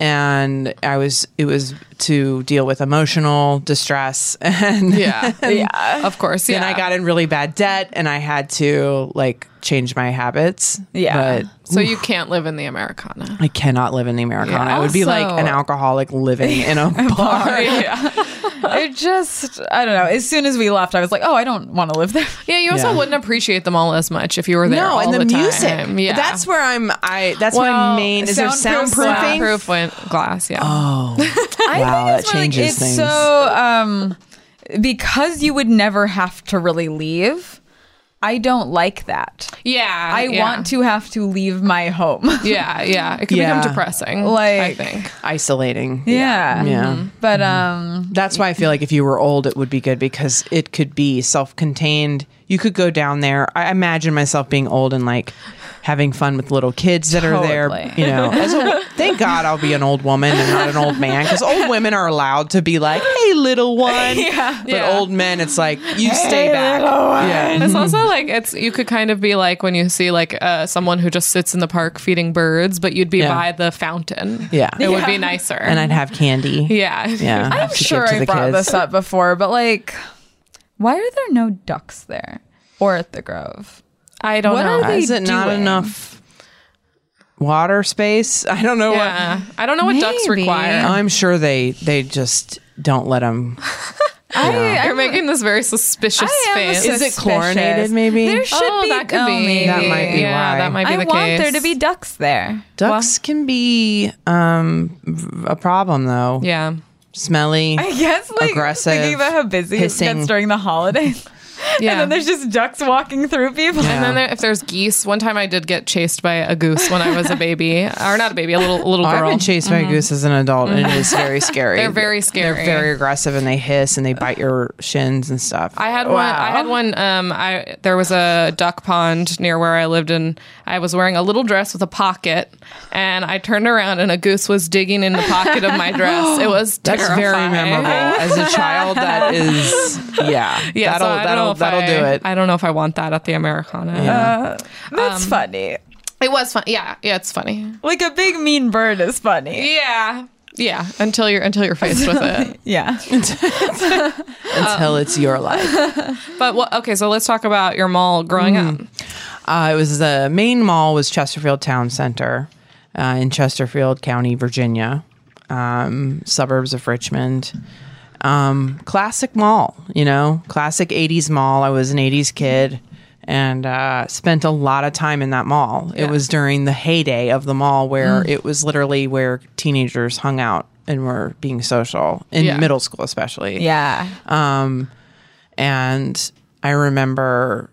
S4: and I was it was to deal with emotional distress and
S3: yeah. yeah. Of course. Yeah.
S4: and I got in really bad debt and I had to like change my habits.
S2: Yeah.
S4: But
S3: So you can't live in the Americana.
S4: I cannot live in the Americana.
S3: Yeah.
S4: I would be like
S2: Also-
S4: an alcoholic living in a bar.
S3: yeah.
S2: it just I don't know. As soon as we left, I was like, oh, I don't want to live there.
S3: Yeah, you also
S4: Yeah.
S3: wouldn't appreciate them all as much if you were there.
S4: No,
S3: all
S4: and the,
S3: time.
S4: music.
S3: Yeah.
S4: That's where I'm. I. That's
S3: Well,
S4: my main. Is there
S2: soundproof
S4: soundproofing?
S3: Soundproof win- glass, yeah.
S4: Oh. wow, that
S2: It's more like,
S4: changes
S2: it's
S4: things.
S2: so um because you would never have to really leave I don't like that.
S3: Yeah.
S2: I
S3: yeah.
S2: want to have to leave my home.
S3: Yeah, yeah. It can
S4: Yeah.
S3: become depressing.
S2: Like-
S3: I think.
S4: Isolating.
S2: yeah.
S4: Yeah.
S3: Mm-hmm.
S4: Mm-hmm.
S2: But um
S4: That's why I feel like if you were old, it would be good because it could be self contained. You could go down there. I imagine myself being old and like having fun with little kids that are
S2: Totally.
S4: there. You know, As a- thank God I'll be an old woman and not an old man because old women are allowed to be like, hey, little one. Yeah. But
S3: Yeah.
S4: old men, it's like, you stay back. Yeah.
S3: It's also like it's you could kind of be like when you see like uh, someone who just sits in the park feeding birds, but you'd be
S4: Yeah.
S3: by the fountain.
S4: Yeah.
S3: It would be nicer.
S4: And I'd have candy.
S3: yeah.
S4: Yeah.
S2: I'm
S4: to give
S2: sure
S4: to
S2: I
S4: the
S2: brought
S4: kids.
S2: this up before, but like why are there no ducks there or at the Grove?
S3: I don't
S2: What
S3: know.
S2: are they
S4: Is it not
S2: doing?
S4: enough water space? I don't know what.
S3: yeah. I don't know what ducks
S2: Maybe.
S3: require.
S4: I'm sure they they just don't let them.
S2: I,
S3: You're making this very suspicious
S2: I am
S3: face.
S4: Is it
S2: Suspicious.
S4: chlorinated? Maybe
S2: There should
S3: oh,
S2: be
S3: that could
S2: oh,
S3: be.
S2: maybe.
S4: That might be
S3: Yeah,
S4: why.
S3: that might be
S2: I
S3: the
S2: want
S3: case.
S2: there to be ducks there.
S4: ducks can be um, v- a problem though.
S3: Yeah.
S4: Smelly.
S2: I guess like
S4: Aggressive,
S2: thinking about how busy it
S4: hissing.
S2: gets during the holidays.
S3: Yeah.
S2: And then there's just ducks walking through people.
S4: Yeah.
S3: And then there, if there's geese, one time I did get chased by a goose when I was a baby, or not a baby, a little little
S4: I've
S3: girl.
S4: been chased by a goose as an adult, and it is very scary.
S3: Mm-hmm. They're very scary.
S4: They're very aggressive, and they hiss and they bite your shins and stuff.
S3: I had one. I had one. Um, I there was a duck pond near where I lived, and I was wearing a little dress with a pocket, and I turned around, and a goose was digging in the pocket of my dress. It was
S4: That's very
S3: terrifying.
S4: memorable. As a child, that is, yeah,
S3: Yeah, so
S4: that'll
S3: I don't know
S4: that'll
S3: if
S4: that'll
S3: I-
S4: do it.
S3: I don't know if I want that at the Americana.
S2: Uh, that's
S4: Um,
S2: funny.
S3: It was fun. Yeah, yeah, it's funny.
S2: Like a big mean bird is funny.
S3: Yeah, yeah. Until you're until you're faced with it.
S2: Yeah.
S3: Uh,
S4: until it's your life.
S3: But what, okay, so let's talk about your mall growing up.
S4: Uh, it was the main mall was Chesterfield Town Center uh, in Chesterfield County, Virginia, um, suburbs of Richmond. Um, classic mall, you know, classic '80s mall. I was an '80s kid and uh, spent a lot of time in that mall. It was during the heyday of the mall, where it was literally where teenagers hung out and were being social in
S3: Yeah.
S4: middle school, especially.
S2: Yeah.
S4: Um, and I remember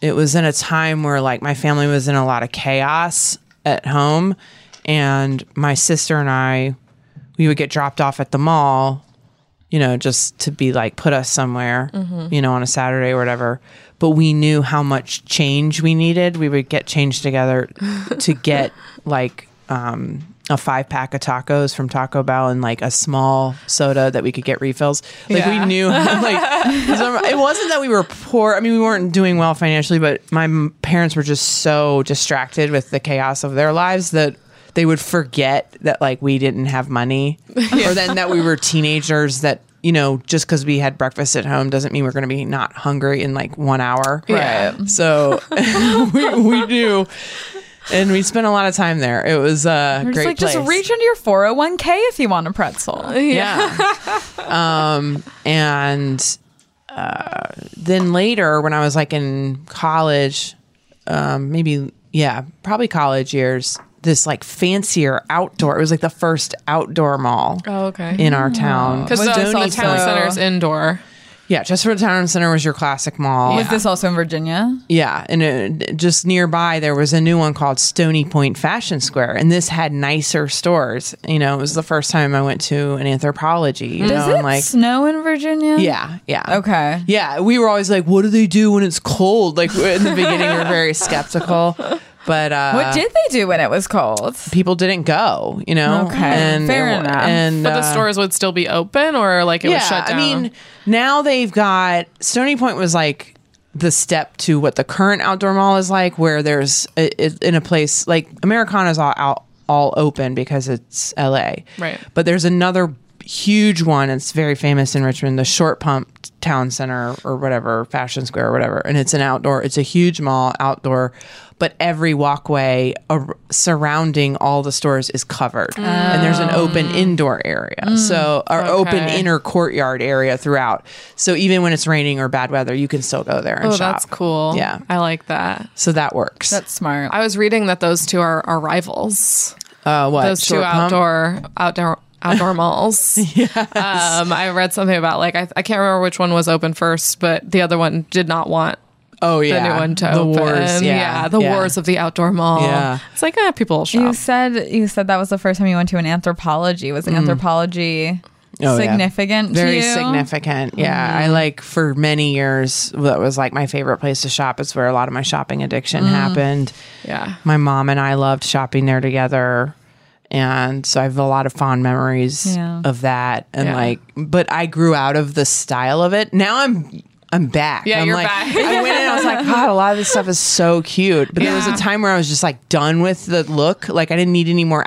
S4: it was in a time where like my family was in a lot of chaos at home, and my sister and I, we would get dropped off at the mall, you know, just to be like put us somewhere, you know, on a Saturday or whatever. But we knew how much change we needed. We would get change together to get like um, a five pack of tacos from Taco Bell and like a small soda that we could get refills. Like
S3: Yeah.
S4: we knew, like 'cause I'm- it wasn't that we were poor. I mean, we weren't doing well financially, but my m- parents were just so distracted with the chaos of their lives that they would forget that like we didn't have money, or then that we were teenagers that. You know, just because we had breakfast at home doesn't mean we're going to be not hungry in like one hour.
S3: Yeah.
S4: So we, we knew and we spent a lot of time there. It was a
S2: Just
S4: great
S2: like
S4: place. Uh,
S2: just reach into your 401k if you want a pretzel.
S4: yeah. um, and uh, then later, when I was like in college, um, maybe yeah, probably college years, this like fancier outdoor. It was like the first outdoor mall
S3: Oh, okay. Mm.
S4: in our town.
S3: Because the
S4: Donny's
S3: town
S4: place.
S3: center's indoor.
S4: yeah, Chesterfield Town Center was your classic mall.
S2: Was this also in Virginia?
S4: Yeah, and uh just nearby there was a new one called Stony Point Fashion Square, and this had nicer stores. You know, it was the first time I went to an anthropology. You
S2: Does
S4: know,
S2: it
S4: and like
S2: snow in Virginia?
S4: yeah, yeah,
S2: Okay.
S4: yeah. We were always like, "What do they do when it's cold?" Like in the beginning, we were very skeptical, but uh,
S2: What did they do when it was cold?
S4: people didn't go? You know,
S2: Okay,
S4: and
S2: fair enough.
S4: And
S3: But the
S4: uh,
S3: stores would still be open or like it was shut down?
S4: I mean, now they've got Stony Point was like the step to what the current outdoor mall is like, where there's it, it, in a place like Americana's all out all open because it's LA,
S3: Right.
S4: But there's another huge one that's very famous in Richmond, the Short Pump Town Center or whatever, Fashion Square or whatever, and it's an outdoor. It's a huge mall outdoor. But every walkway ar- surrounding all the stores is covered, and there's an open indoor area. so, or open
S3: okay.
S4: inner inner courtyard area throughout. So even when it's raining or bad weather, you can still go there and
S3: oh,
S4: shop.
S3: that's cool.
S4: Yeah.
S3: I like that.
S4: So that works.
S2: That's smart.
S3: I was reading that those two are, are rivals.
S4: uh, what
S3: Those two
S4: short pump?
S3: outdoor outdoor outdoor malls. Um, I read something about like I, I can't remember which one was open first, but the other one did not want
S4: Oh yeah,
S3: the new one to
S4: the
S3: open.
S4: wars. Yeah,
S3: the wars of the outdoor mall.
S4: Yeah.
S3: It's like, ah, people will shop.
S2: You said you said that was the first time you went to an anthropology. Was anthropology
S4: Mm-hmm. Oh, yeah.
S2: significant to
S4: very
S2: you?
S4: significant. Yeah,
S3: Mm-hmm.
S4: I like for many years that was like my favorite place to shop. It's where a lot of my shopping addiction
S3: Mm-hmm.
S4: happened.
S3: yeah.
S4: My mom and I loved shopping there together. And so I have a lot of fond memories
S2: Yeah.
S4: of that. And
S3: Yeah.
S4: like, but I grew out of the style of it. Now I'm. I'm back.
S3: Yeah,
S4: I'm
S3: you're
S4: like,
S3: back.
S4: I went in and I was like, God, a lot of this stuff is so cute. But there was
S3: Yeah.
S4: a time where I was just like done with the look. Like I didn't need any more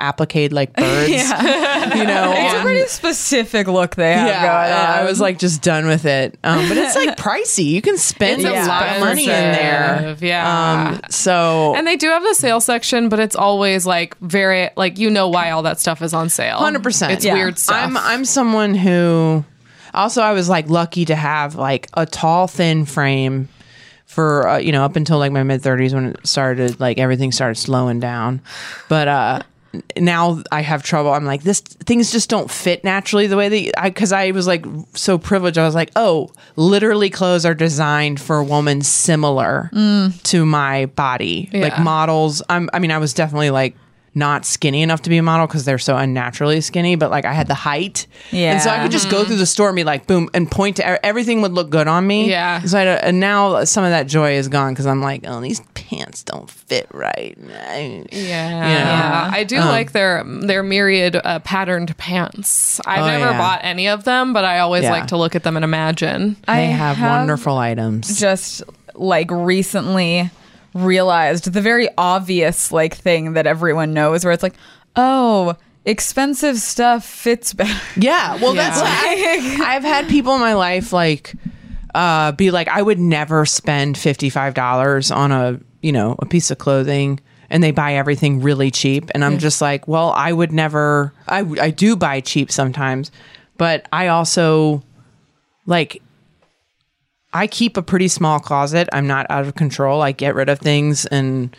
S4: applique like birds. You know,
S2: It's a
S4: on-
S2: pretty specific look they have going
S4: yeah,
S2: on.
S4: I was like just done with it. Um, but it's like pricey. You can spend
S3: It's
S4: a lot of money in there.
S3: expensive, yeah.
S4: Um, so
S3: And they do have the sale section, but it's always like very like you know why all that stuff is on sale.
S4: hundred percent.
S3: It's weird stuff.
S4: I'm I'm someone who also I was like lucky to have like a tall, thin frame for uh, you know up until like my mid 30s when it started like everything started slowing down. But uh n- now I have trouble. I'm like this things just don't fit naturally the way that I because I was like so privileged. I was like, oh, literally clothes are designed for a woman similar to my body, like
S3: Yeah.
S4: models. I'm, I mean, I was definitely like not skinny enough to be a model because they're so unnaturally skinny, but like I had the height. And so I
S2: Yeah.
S4: could just
S3: Mm.
S4: go through the store and be like, boom, and point to e- everything would look good on me.
S3: Yeah.
S4: So I, don't- and now some of that joy is gone because I'm like, oh, these pants don't fit right. I-
S3: Yeah.
S4: You know?
S3: I
S4: Um,
S3: do like their their myriad uh, patterned pants. I've
S4: Oh,
S3: never
S4: yeah.
S3: bought any of them, but I always
S4: Yeah.
S3: like to look at them and imagine.
S2: I
S4: They have,
S2: have
S4: wonderful items.
S2: just like recently realized the very obvious like thing that everyone knows where it's like, oh, expensive stuff fits better.
S4: Yeah. Well, that's
S3: Yeah.
S4: what I, I've had people in my life like uh, be like, I would never spend fifty five dollars on a you know a piece of clothing, and they buy everything really cheap, and I'm just like, well, I would never. I I do buy cheap sometimes, but I also like I keep a pretty small closet. I'm not out of control. I get rid of things and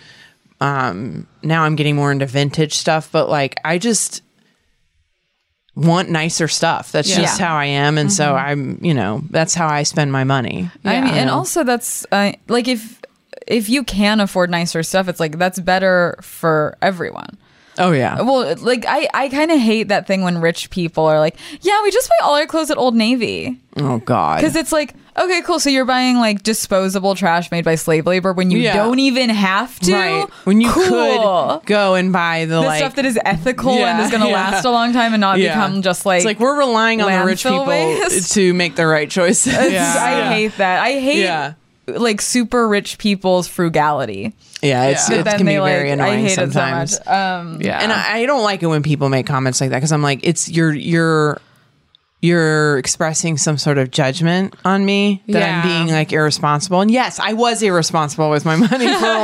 S4: um now I'm getting more into vintage stuff, but like I just want nicer stuff. That's
S3: Yeah.
S4: just how I am and so I'm, you know, that's how I spend my money.
S2: Mm-hmm. I mean,
S4: Yeah.
S2: and also that's uh, like if if you can afford nicer stuff, it's like that's better for everyone.
S4: Oh yeah.
S2: Well, like I, I kind of hate that thing when rich people are like, yeah, we just buy all our clothes at Old Navy
S4: oh god.
S2: because it's like, okay, cool. So you're buying like disposable trash made by slave labor when you
S4: Yeah.
S2: don't even have to.
S4: right. When you
S2: Cool.
S4: could go and buy
S2: the
S4: the, like
S2: stuff that is ethical
S4: Yeah,
S2: and is going to
S4: yeah.
S2: last a long time and not become just like
S4: It's like we're relying on the rich
S2: landfill
S4: people
S2: waste.
S4: to make the right choices.
S2: I
S4: Yeah.
S2: hate that. I hate
S4: Yeah.
S2: like super rich people's frugality.
S4: Yeah, it's,
S3: Yeah.
S4: it can be very annoying
S2: I hate
S4: sometimes.
S2: it so much. Um,
S3: Yeah.
S4: and I, I don't like it when people make comments like that because I'm like, it's you're you're you're expressing some sort of judgment on me that I'm
S3: Yeah.
S4: being like irresponsible. And yes, I was irresponsible with my money for a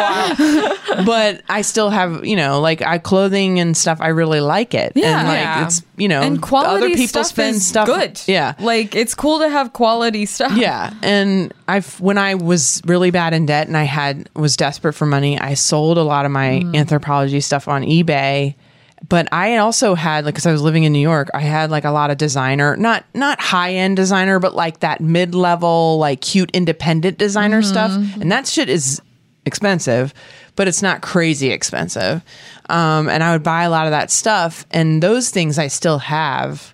S4: while, but I still have you know like I clothing and stuff. I really like it.
S2: Yeah.
S4: and like
S3: Yeah.
S4: it's you know
S2: and quality
S4: other people
S2: stuff
S4: spend
S2: is
S4: stuff
S2: good.
S4: Yeah,
S2: like it's cool to have quality stuff.
S4: yeah, and I've when I was really bad in debt and I had was desperate for money, I sold a lot of my anthropology stuff on eBay. But I also had like because I was living in New York, I had like a lot of designer, not not high end designer, but like that mid level, like cute independent designer stuff, and that shit is expensive, but it's not crazy expensive. Um, and I would buy a lot of that stuff, and those things I still have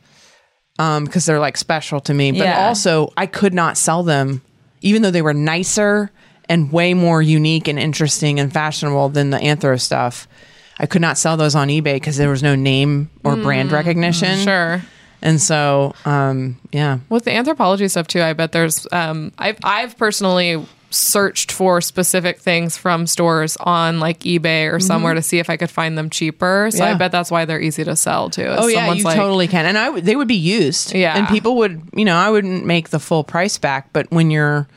S4: because they're like special to me. But
S2: Yeah.
S4: also, I could not sell them, even though they were nicer and way more unique and interesting and fashionable than the Anthro stuff. I could not sell those on eBay because there was no name or brand recognition.
S3: Hmm. Mm, sure.
S4: And so, um, yeah.
S3: With the anthropology stuff too, I bet there's um I've I've personally searched for specific things from stores on like eBay or somewhere to see if I could find them cheaper. So I
S4: Mm-hmm. Yeah.
S3: bet that's why they're easy to sell too.
S4: Oh yeah, you
S3: like,
S4: totally can. And I would they would be used.
S3: Yeah.
S4: and people would you know I wouldn't make the full price back, but when you're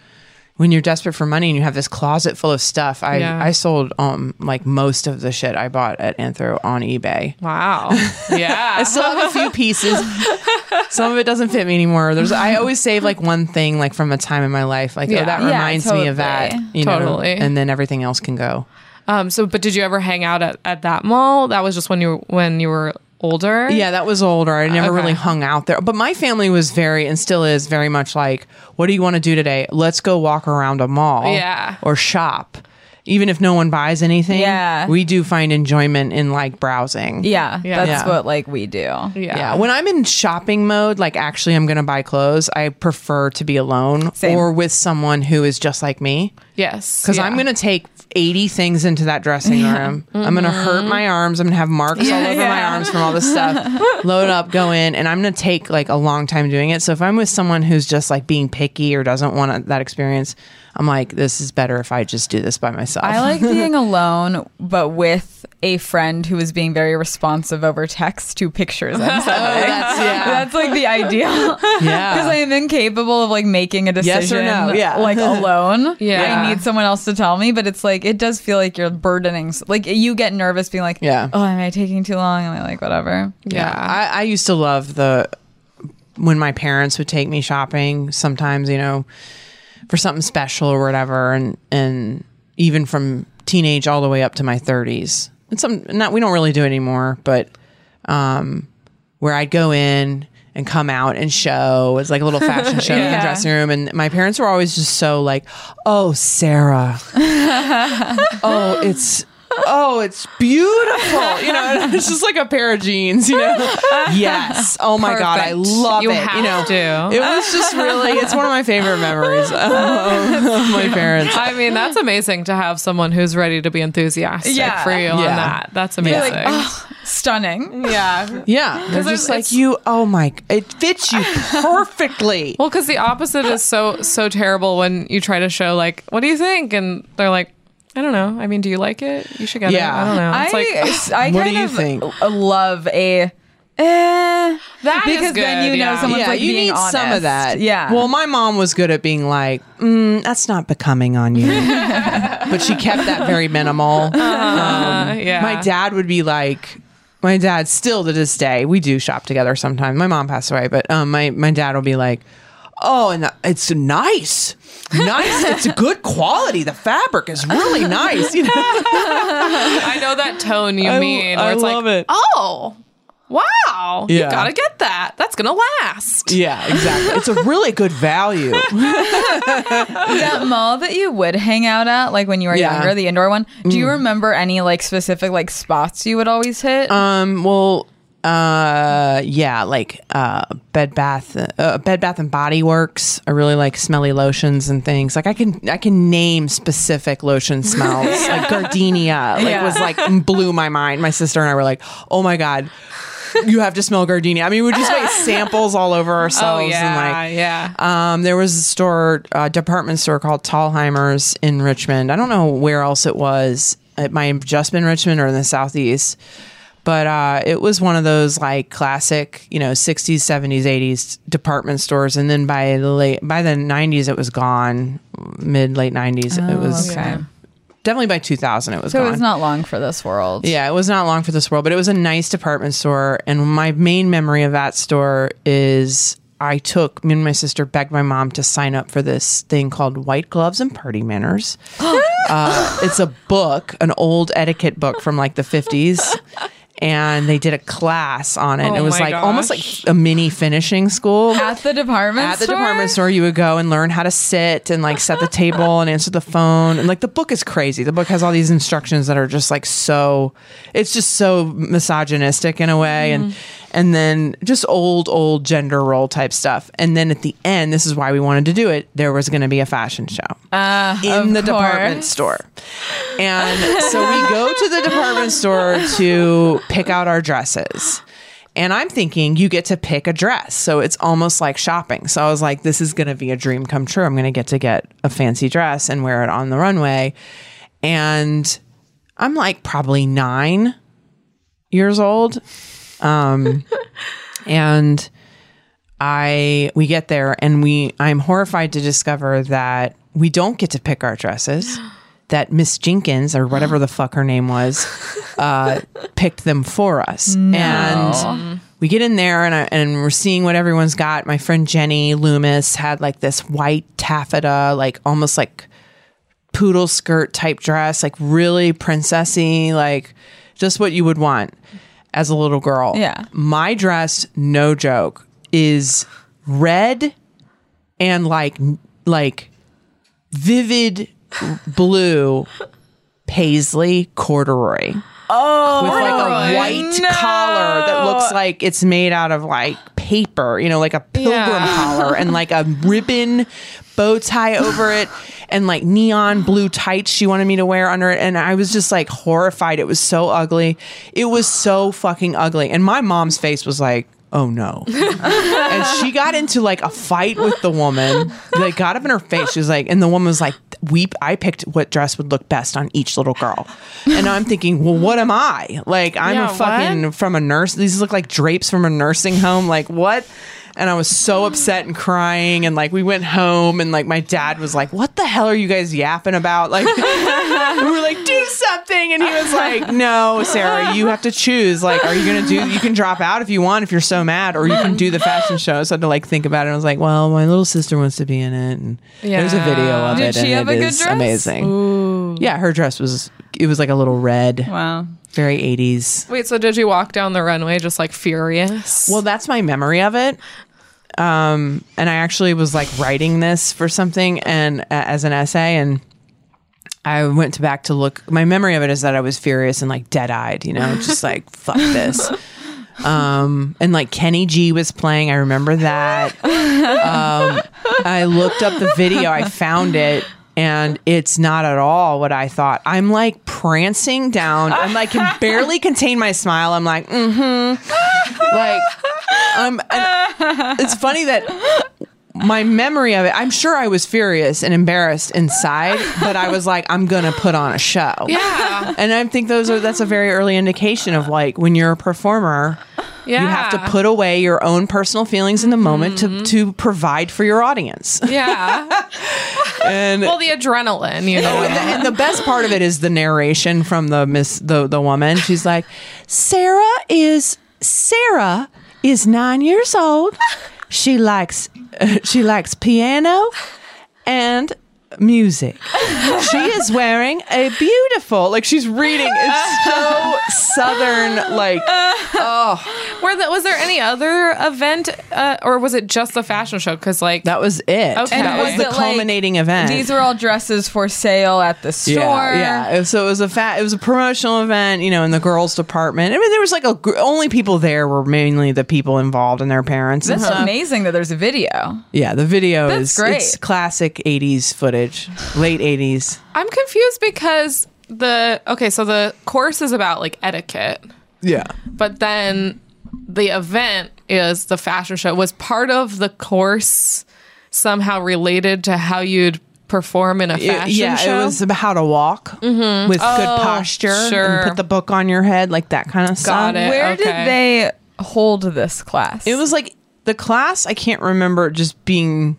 S4: when you're desperate for money and you have this closet full of stuff, I
S3: Yeah.
S4: I sold um like most of the shit I bought at Anthro on eBay.
S3: Wow. Yeah.
S4: still have a
S3: Uh-huh.
S4: few pieces. Some of it doesn't fit me anymore. There's I always save like one thing like from a time in my life. Like
S3: Yeah.
S4: oh that
S3: Yeah,
S4: reminds me of that.
S2: totally.
S4: You know,
S3: Totally.
S4: and then everything else can go.
S3: Um, so, but did you ever hang out at, at that mall? That was just when you when you were older?
S4: Yeah, that was older. I never
S3: Okay.
S4: really hung out there. But my family was very and still is very much like, what do you want to do today? Let's go walk around a mall
S3: Yeah.
S4: or shop. Even if no one buys anything,
S2: Yeah.
S4: we do find enjoyment in like browsing.
S2: Yeah,
S3: Yeah.
S2: that's
S4: Yeah.
S2: what like we do.
S3: Yeah.
S4: Yeah. When I'm in shopping mode, like actually I'm going to buy clothes, I prefer to be alone
S2: Same.
S4: or with someone who is just like me.
S3: Yes.
S4: Because
S3: yeah.
S4: I'm going to take 80 things into that dressing room. I'm going to hurt my arms. I'm going to have marks all over my
S2: Mm-hmm. Yeah.
S4: arms from all this stuff. Load up, go in, and I'm going to take like a long time doing it. So if I'm with someone who's just like being picky or doesn't want that experience, I'm like, this is better if I just do this by myself.
S2: I like being alone, but with a friend who is being very responsive over text to pictures. And stuff.
S4: that's, yeah.
S2: That's like the ideal. Because
S4: Yeah.
S2: I am incapable of like making a decision.
S4: Yes or no, yeah.
S2: Like alone.
S3: Yeah.
S2: I need someone else to tell me, but it's like, it does feel like you're burdening. s- Like you get nervous being like,
S4: Yeah.
S2: oh, am I taking too long? Am I like, whatever?
S4: Yeah. I, I used to love the when my parents would take me shopping sometimes, you know, for something special or whatever and and even from teenage all the way up to my 30s. It's some not we don't really do it anymore, but um where I'd go in and come out and show. It's like a little fashion show in the
S2: Yeah.
S4: dressing room. And my parents were always just so like, oh, Sarah. oh, it's oh, it's beautiful. You know, and it's just like a pair of jeans. You know, yes. Oh my god, I
S3: Perfect.
S4: love
S3: You
S4: it. you know,
S3: have to.
S4: it was just really. It's one of my favorite memories. of my parents.
S3: I mean, that's amazing to have someone who's ready to be enthusiastic
S2: Yeah.
S3: for you on
S4: Yeah.
S3: that. That's
S4: You're
S3: amazing.
S4: like, "Ah,
S2: Stunning.
S3: yeah.
S4: Yeah, they're
S3: Because
S4: just
S3: it's-
S4: like you. Oh my, it fits you perfectly.
S3: Well, because the opposite is so so terrible when you try to show like, what do you think? And they're like, I don't know. I mean, do you like it? You should get
S4: Yeah.
S3: it. I don't know. It's
S2: I,
S3: like
S2: I
S4: what do
S2: kind
S4: you
S2: of
S4: think?
S2: l- love a. Eh,
S3: That is
S2: because then
S3: good,
S2: you know
S3: yeah.
S2: someone's
S4: yeah,
S2: like
S4: you
S2: being
S4: need some
S2: honest.
S4: of that.
S2: Yeah.
S4: Well, my mom was good at being like, mm, "That's not becoming on you," but she kept that very minimal. Um,
S3: uh, yeah.
S4: My dad would be like, my dad still to this day, we do shop together sometimes. My mom passed away, but um, my, my dad will be like, oh, and the, it's nice. Nice. it's a good quality. The fabric is really nice. You know?
S3: I know that tone you
S4: I-
S3: mean.
S4: I
S3: where it's
S4: love
S3: like,
S4: it.
S3: Oh, wow!
S4: Yeah.
S3: You gotta get that. That's gonna last.
S4: Yeah, exactly. It's a really good value.
S2: that mall that you would hang out at, like when you were
S4: Yeah. Mm.
S2: younger, the indoor one. Do you remember any like specific like spots you would always hit?
S4: Um, well, uh, yeah, like uh, Bed Bath, uh, Bed Bath and Body Works. I really like smelly lotions and things. Like I can, I can name specific lotion smells. Like gardenia, like
S2: Yeah.
S4: was like blew my mind. My sister and I were like, oh my god. You have to smell gardenia. I mean, we just make samples all over
S3: Oh
S4: ourselves. and
S3: yeah,
S4: like,
S3: yeah.
S4: um, there was a store, a department store called Tallheimer's in Richmond. I don't know where else it was. It might have just been Richmond or in the southeast, but uh, it was one of those like classic, you know, sixties, seventies, eighties department stores. And then by the late, by the nineties, it was gone. Mid late nineties, it was
S2: Oh, okay.
S4: definitely by two thousand, it was
S2: So
S4: gone.
S2: it was not long for this world.
S4: Yeah, it was not long for this world, but it was a nice department store. And my main memory of that store is I took me and my sister begged my mom to sign up for this thing called White Gloves and Party Manners. uh, it's a book, an old etiquette book from like the fifties. And they did a class on it. and it
S3: Oh
S4: was
S3: my
S4: like almost like
S3: gosh.
S4: a mini finishing school
S2: At the department
S4: at the
S2: store?
S4: department store you would go and learn how to sit and like set the table and answer the phone and like the book is crazy the book has all these instructions that are just like so it's just so misogynistic in a way and
S2: Mm-hmm.
S4: and then just old old gender role type stuff and then at the end this is why we wanted to do it there was going to be a fashion show in
S2: Uh, of
S4: the department
S2: course.
S4: store and so we go to the department store to pick out our dresses. And I'm thinking you get to pick a dress. So it's almost like shopping. So I was like, this is going to be a dream come true. I'm going to get to get a fancy dress and wear it on the runway. And I'm like probably nine years old. Um, and I, we get there and we, I'm horrified to discover that we don't get to pick our dresses. That Miss Jenkins or whatever the fuck her name was, uh, picked them for us. And we get in there and, I, and we're seeing what everyone's got. My friend Jenny Loomis had like this white taffeta, like almost like poodle skirt type dress, like really princessy, like just what you would want. as a little girl.
S2: Yeah.
S4: My dress, no joke, is red and like like vivid blue paisley corduroy. Oh, with like a white collar that looks like it's made out of like paper, you know, like a pilgrim
S3: Yeah.
S4: collar and like a ribbon bow tie over it and like neon blue tights she wanted me to wear under it. And I was just like horrified. It was so ugly. It was so fucking ugly. And my mom's face was like, Oh no. and she got into like a fight with the woman. They got up in her face. She was like, and the woman was like, we, I picked what dress would look best on each little girl. And I'm thinking, well, what am I? Like, I'm
S3: Yeah,
S4: a fucking from a nurse. These look like drapes from a nursing home. Like, what? And I was so upset and crying. And like, we went home, and like, my dad was like, what the hell are you guys yapping about? Like, and we were like, do something. And he was like, no, Sarah, you have to choose. Like, are you going to do, you can drop out if you want, if you're so mad, or you can do the fashion show. So I had to like think about it. I was like, well, my little sister wants to be in it. And there's a video
S3: Yeah.
S4: of
S2: Did
S4: it.
S2: she have
S4: and
S2: a
S4: it
S2: good
S4: is
S2: dress?
S4: amazing. Yeah, her dress was, it was like a little red,
S2: Wow.
S4: very 80s.
S3: Wait, so did you walk down the runway just like furious?
S4: Well, that's my memory of it. Um, and I actually was like writing this for something and uh, as an essay, and I went to back to look. My memory of it is that I was furious and like dead eyed, you know, just like fuck this. Um, and like Kenny G was playing. I remember that. Um, I looked up the video. I found it. And it's not at all what I thought. I'm like prancing down. I'm like can barely contain my smile. I'm like, mm-hmm. Like um, and it's funny that my memory of it, I'm sure I was furious and embarrassed inside, but I was like, I'm gonna put on a show.
S3: yeah,
S4: And I think those are that's a very early indication of like when you're a performer,
S3: yeah.
S4: you have to put away your own personal feelings in the moment to, to provide for your audience.
S3: Yeah.
S4: And
S3: well, the adrenaline, you know.
S4: Oh, and, the, and the best part of it is the narration from the miss the the woman. She's like, Sarah is Sarah is nine years old. She likes she likes piano and music. She is wearing a beautiful like she's reading. It's so southern like
S3: Were the, was there any other event, uh, or was it just the fashion show? Because like,
S4: that was it.
S3: Okay.
S4: That was
S3: And
S4: the
S2: was it, like,
S4: culminating event.
S2: These were all dresses for sale at the store.
S4: Yeah, yeah. So it was a fat. It was a promotional event, you know, in the girls' department. I mean, there was like a gr- only people there were mainly the people involved and their parents. And
S2: That's
S4: stuff.
S2: amazing that there's a video.
S4: Yeah, the video
S2: That's
S4: is
S2: great.
S4: It's classic '80s footage, late '80s.
S3: I'm confused because the okay, so the course is about like etiquette,
S4: Yeah,
S3: but then the event is the fashion show. Was part of the course somehow related to how you'd perform in a fashion
S4: yeah.
S3: show? Mm-hmm. Oh,
S4: It was about how to walk with good posture
S3: sure.
S4: and put the book on your head, like that kind of stuff.
S3: Got it.
S2: Where
S3: okay.
S2: did they hold this class?
S4: It was like the class. I can't remember it just being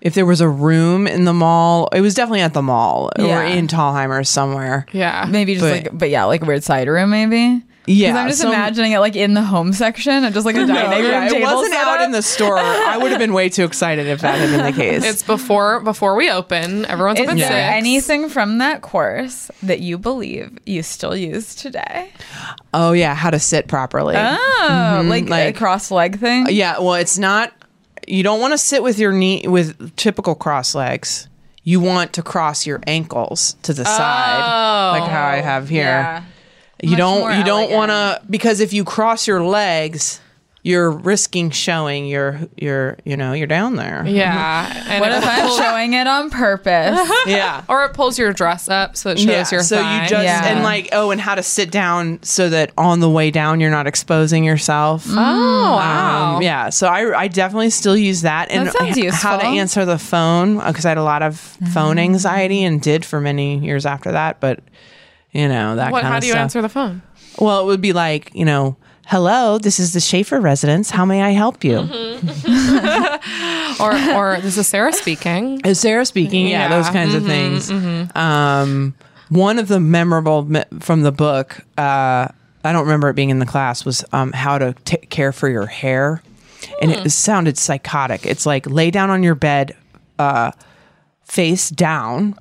S4: if there was a room in the mall. It was definitely at the mall or
S2: Yeah.
S4: in Tallheim or somewhere.
S3: yeah,
S2: maybe just
S4: but-
S2: like, but yeah, like weird side room maybe. 'Cause
S4: Yeah,
S2: I'm just
S4: some-
S2: imagining it like in the home section of just like a dining room
S4: Yeah, it
S2: table
S4: wasn't
S2: set
S4: out
S2: up.
S4: in the store. I would have been way too excited if that had been the case.
S3: It's before before we open. Everyone's
S2: Is
S3: up at
S2: there
S3: six.
S2: anything from that course that you believe you still use today?
S4: oh yeah, how to sit properly.
S2: Oh, like,
S4: Mm-hmm, like- uh,
S2: a cross leg thing.
S4: yeah, well, it's not. You don't want to sit with your knee with typical cross legs. You want to cross your ankles to the side, like how I have here. you
S2: Oh, Much
S4: don't
S2: more
S4: you don't
S2: elegant.
S4: want to because if you cross your legs, you're risking showing your your you know you're down there.
S3: Yeah, and
S2: What
S3: it
S2: if I'm
S3: pulls-
S2: showing it on purpose?
S4: yeah.
S3: or it pulls your dress up so it shows your
S4: so
S3: thigh.
S4: you just
S2: Yeah.
S4: and like oh and how to sit down so that on the way down you're not exposing yourself
S3: oh wow.
S4: Um, yeah so I, I definitely still use that and
S2: That sounds
S4: h- how to
S2: useful.
S4: answer the phone because i had a lot of
S3: Mm.
S4: phone anxiety and did for many years after that but you know that
S3: What?
S4: kind
S3: How
S4: of
S3: do you
S4: stuff
S3: answer the phone?
S4: well it would be like you know hello this is the schaefer residence how may i help you
S3: Mm-hmm. Or, or this is Sarah speaking.
S4: Is Sarah speaking? Yeah, Mm-hmm,
S3: Yeah.
S4: those kinds of things. Um, one of the memorable me- from the book, uh, I don't remember it being in the class, was um, how to t- care for your hair. And it sounded psychotic. It's like lay down on your bed, uh, face down,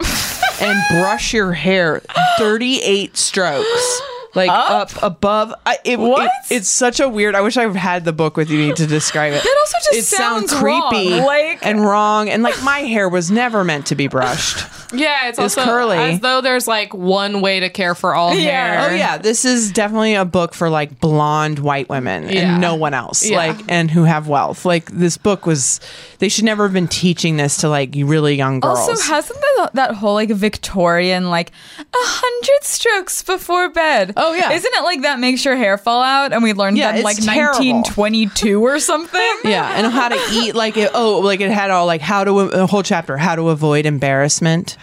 S4: and brush your hair 38 strokes. like up, above. I, it,
S3: What?
S4: it- it's such a weird. I wish I had the book with you to describe it.
S3: That also just
S4: it sounds,
S3: sounds wrong,
S4: creepy,
S3: like-
S4: and wrong, and like my hair was never meant to be brushed.
S3: Yeah, it's,
S4: It's
S3: also
S4: curly.
S3: as though there's like one way to care for all
S4: Yeah.
S3: hair.
S4: Oh yeah, this is definitely a book for like blonde white women
S3: Yeah.
S4: and no one else.
S3: Yeah.
S4: Like and who have wealth. Like this book was they should never have been teaching this to like really young girls.
S2: Also, hasn't that, that whole like Victorian like a hundred strokes before bed?
S4: Oh, yeah.
S2: isn't it like that makes your hair fall out? And we learned
S4: Yeah,
S2: that in
S4: it's
S2: like
S4: terrible.
S2: 1922 or something.
S4: yeah, and how to eat like it, oh like it had all like how to a whole chapter how to avoid embarrassment.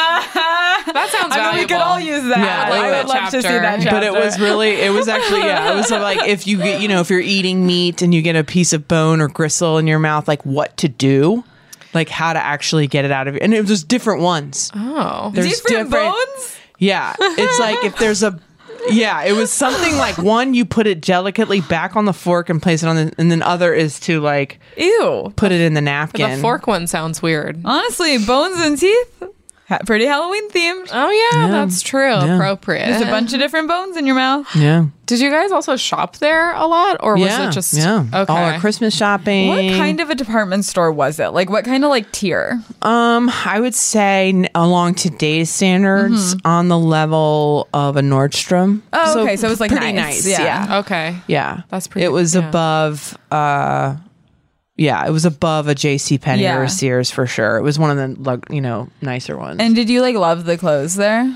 S3: that sounds.
S2: I mean, we could
S3: valuable.
S2: all use that.
S4: Yeah, I like
S2: I would
S4: that
S2: love to see
S3: chapter.
S2: that chapter.
S4: But it was really, it was actually, yeah, it was like if you get, you know, if you're eating meat and you get a piece of bone or gristle in your mouth, like what to do, like how to actually get it out of you. And it was just different ones.
S3: Oh.
S4: There's
S2: different, bones.
S4: Yeah. It's like if there's a, yeah, it was something like one, you put it delicately back on the fork and place it on the, and then other is to like
S2: Ew.
S4: put it in the napkin.
S3: The fork one sounds weird.
S2: Honestly, bones and teeth. Ha- Pretty Halloween themed.
S3: Oh yeah, that's true. Appropriate.
S4: Eh.
S2: There's a bunch of different bones in your mouth.
S4: Yeah.
S3: Did you guys also shop there a lot, or was
S4: yeah.
S3: it just
S4: yeah.
S3: Okay.
S4: All our Christmas shopping.
S2: What kind of a department store was it? Like what kind of like tier?
S4: Um, I would say n- along today's standards, on the level of a Nordstrom.
S2: Mm-hmm. Oh, okay, so it was, like,
S4: pretty
S2: nice.
S4: nice.
S2: Yeah.
S4: Yeah. yeah,
S3: okay. That's pretty-
S4: It was
S3: yeah.
S4: above. uh yeah, it was above a J.C. Penney or
S2: Yeah.
S4: a Sears for sure. It was one of the lug- you know nicer ones.
S2: And did you like love the clothes there?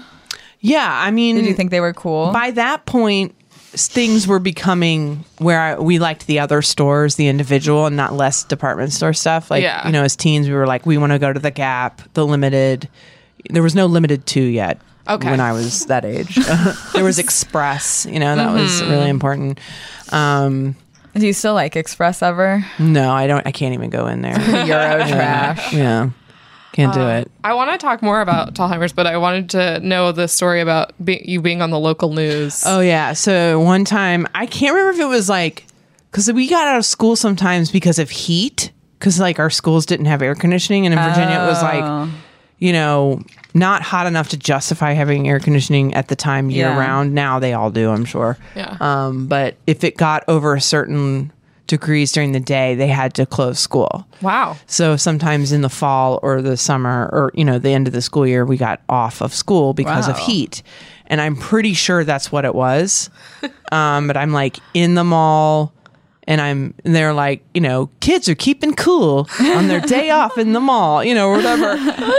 S4: yeah, I mean,
S2: Did you think they were cool?
S4: by that point s- things were becoming where I, we liked the other stores, the individual, and not less department store stuff. Like
S3: Yeah.
S4: you know, as teens, we were like, we want to go to the Gap, the Limited. There was no Limited Two yet.
S3: Okay.
S4: When I was that age, there was Express. You know, that was
S3: Mm-hmm.
S4: really important. Um,
S2: Do you still like Express ever?
S4: no, I don't. I can't even go in there. Euro trash. Yeah, can't do it.
S3: I want to talk more about Tallheimers, but I wanted to know the story about be- you being on the local news.
S4: Oh yeah. So one time, I can't remember if it was like because we got out of school sometimes because of heat, because like our schools didn't have air conditioning, and in Virginia it was like you know not hot enough to justify having air conditioning at the time year
S2: Yeah.
S4: round. Now they all do, I'm sure.
S3: Yeah.
S4: Um, but if it got over a certain degrees during the day, they had to close school.
S3: wow.
S4: So sometimes in the fall or the summer or you know the end of the school year we got off of school because of
S2: Wow.
S4: heat. And I'm pretty sure that's what it was. um, but I'm like in the mall and I'm and they're like, you know, kids are keeping cool on their day off in the mall, you know, or whatever.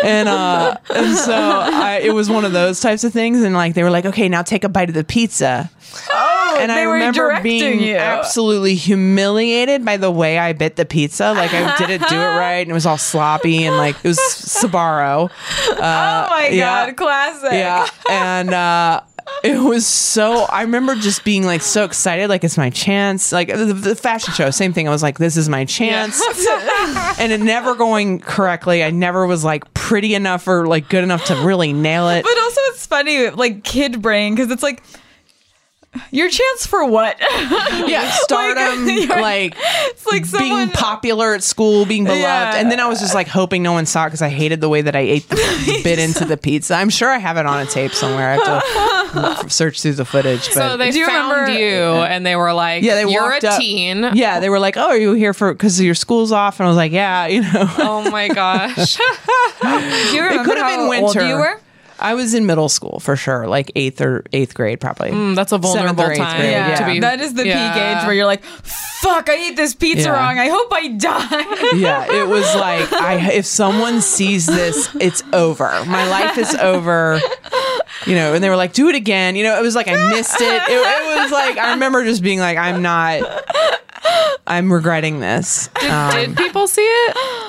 S4: And uh and so I, it was one of those types of things and like they were like, "Okay, now take a bite of the pizza." Oh, and
S2: they
S4: I
S2: were
S4: remember
S2: directing
S4: being
S2: you.
S4: absolutely humiliated by the way I bit the pizza. Like I didn't do it right, and it was all sloppy, and like it was Sabaro.
S2: oh my
S4: yeah.
S2: god, classic.
S4: Yeah, and uh, it was so. I remember just being like so excited, like it's my chance. Like the, the fashion show, same thing. I was like, this is my chance, and it never going correctly. I never was like pretty enough or like good enough to really nail it.
S2: But also it's funny like kid brain cuz it's like your chance for what?
S4: yeah, stardom,
S2: you're-
S4: like,
S2: it's like someone
S4: being popular at school, being beloved,
S2: Yeah.
S4: and then I was just like hoping no one saw it because I hated the way that I ate the, the bit into the pizza. I'm sure I have it on a tape somewhere. I have to search through the footage. But
S3: So they
S2: Do you
S3: found
S2: remember-
S3: you, and they were like,
S4: yeah, they
S3: you're
S4: walked
S3: a
S4: up-
S3: teen."
S4: Yeah, they were like, "Oh, are you here for because your school's off?" And I was like, "Yeah, you know."
S3: Oh my gosh.
S2: Do you
S4: It
S2: remember
S4: could have been
S2: how
S4: winter.
S2: old you were?
S4: I was in middle school for sure, like eighth or eighth grade, probably.
S3: Mm, That's a
S4: Seventh or
S3: vulnerable
S4: eighth
S3: time.
S4: grade,
S2: Yeah.
S4: Yeah.
S3: To be,
S2: that is the
S3: yeah.
S2: P gauge where you're like, fuck, I ate this pizza
S4: Yeah.
S2: wrong. I hope I die.
S4: Yeah, it was like, I if someone sees this, it's over. My life is over. You know, and they were like, "Do it again." You know, it was like I missed it. It, it was like I remember just being like, "I'm not." I'm regretting this. Um,
S3: Did people see it?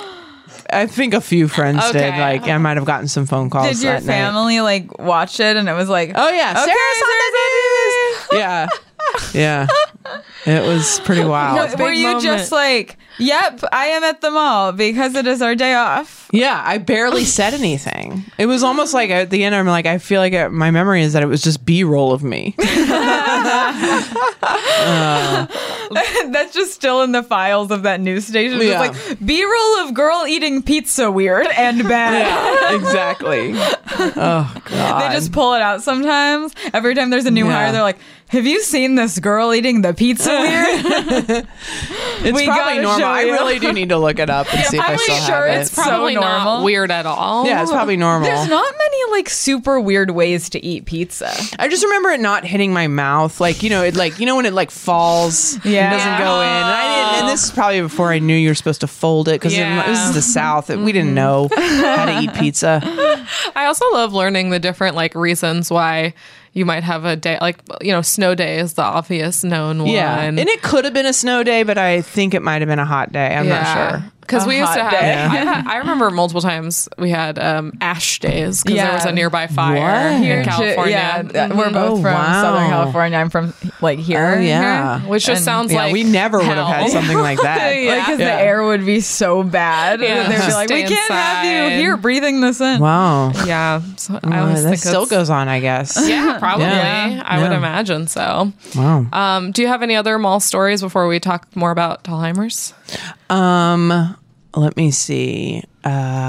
S4: I think a few friends did.
S3: Okay.
S4: Like, I might have gotten some phone calls.
S2: Did your
S4: that night.
S2: family like watch it and it was like,
S4: Oh yeah,
S2: Okay,
S4: Sarah's on the news. Yeah, yeah. It was pretty
S2: Wa-
S4: wild.
S3: big
S2: were you just
S3: moment.
S2: like, yep, I am at the mall because it is our day off?
S4: Yeah, I barely said anything. It was almost like at the end, I'm like, I feel like it, my memory is that it was just B roll of me.
S2: That's just still in the files of that news station. It's
S4: Yeah.
S2: like B roll of girl eating pizza weird and bad.
S4: exactly. Oh god.
S2: They just pull it out sometimes. Every time there's a new
S4: Yeah.
S2: hire, they're like, Have you seen this girl eating the pizza weird?
S4: it's
S2: we gotta
S4: probably normal.
S2: show
S4: I
S2: you.
S4: really do need to look it up and see if I
S3: I'm
S4: still
S3: sure
S4: have
S3: it's
S4: it.
S3: probably
S2: So
S3: not
S2: normal.
S3: weird at all.
S4: yeah, it's probably normal.
S2: there's not many like super weird ways to eat pizza.
S4: I just remember it not hitting my mouth, like you know, it like you know when it like falls,
S2: Yeah.
S4: and doesn't go in. And, I didn't, and this is probably before I knew you were supposed to fold it because
S3: Yeah. Mm-hmm.
S4: this is the South, and we didn't know how to eat pizza.
S3: I also love learning the different like reasons why you might have a day like you know snow day is the obvious known one.
S4: Yeah, and it could have been a snow day, but I think it might have been a hot day. I'm not sure.
S3: Because we used to
S2: hot
S3: have,
S2: day.
S3: I, had- I remember multiple times we had um, ash days because there
S2: Yeah.
S3: was a nearby fire
S4: What? Here
S3: in
S4: too,
S3: California,
S2: Yeah, th- we're both
S4: Oh,
S2: from Southern
S4: wow.
S2: California. I'm from like here.
S4: Oh, yeah.
S2: here.
S3: Mm, which just
S2: And-
S3: sounds
S4: Yeah,
S3: like
S4: we never would have
S3: hell.
S4: had something like that.
S3: Yeah.
S2: Like, 'cause
S4: Yeah.
S2: the air would be so bad.
S3: Yeah.
S2: that They'd be
S3: Just
S2: like, we
S3: stay
S2: can't have
S3: inside.
S2: you here breathing this in.
S4: Wow,
S3: Yeah, so I
S4: Uh,
S3: always
S4: that
S3: think
S4: still
S3: that's-
S4: goes on, I guess.
S3: Yeah, probably.
S4: Yeah.
S3: I would
S4: Yeah.
S3: imagine so.
S4: Wow.
S3: Um, do you have any other mall stories before we talk more about Tallheimers?
S4: Um, let me see.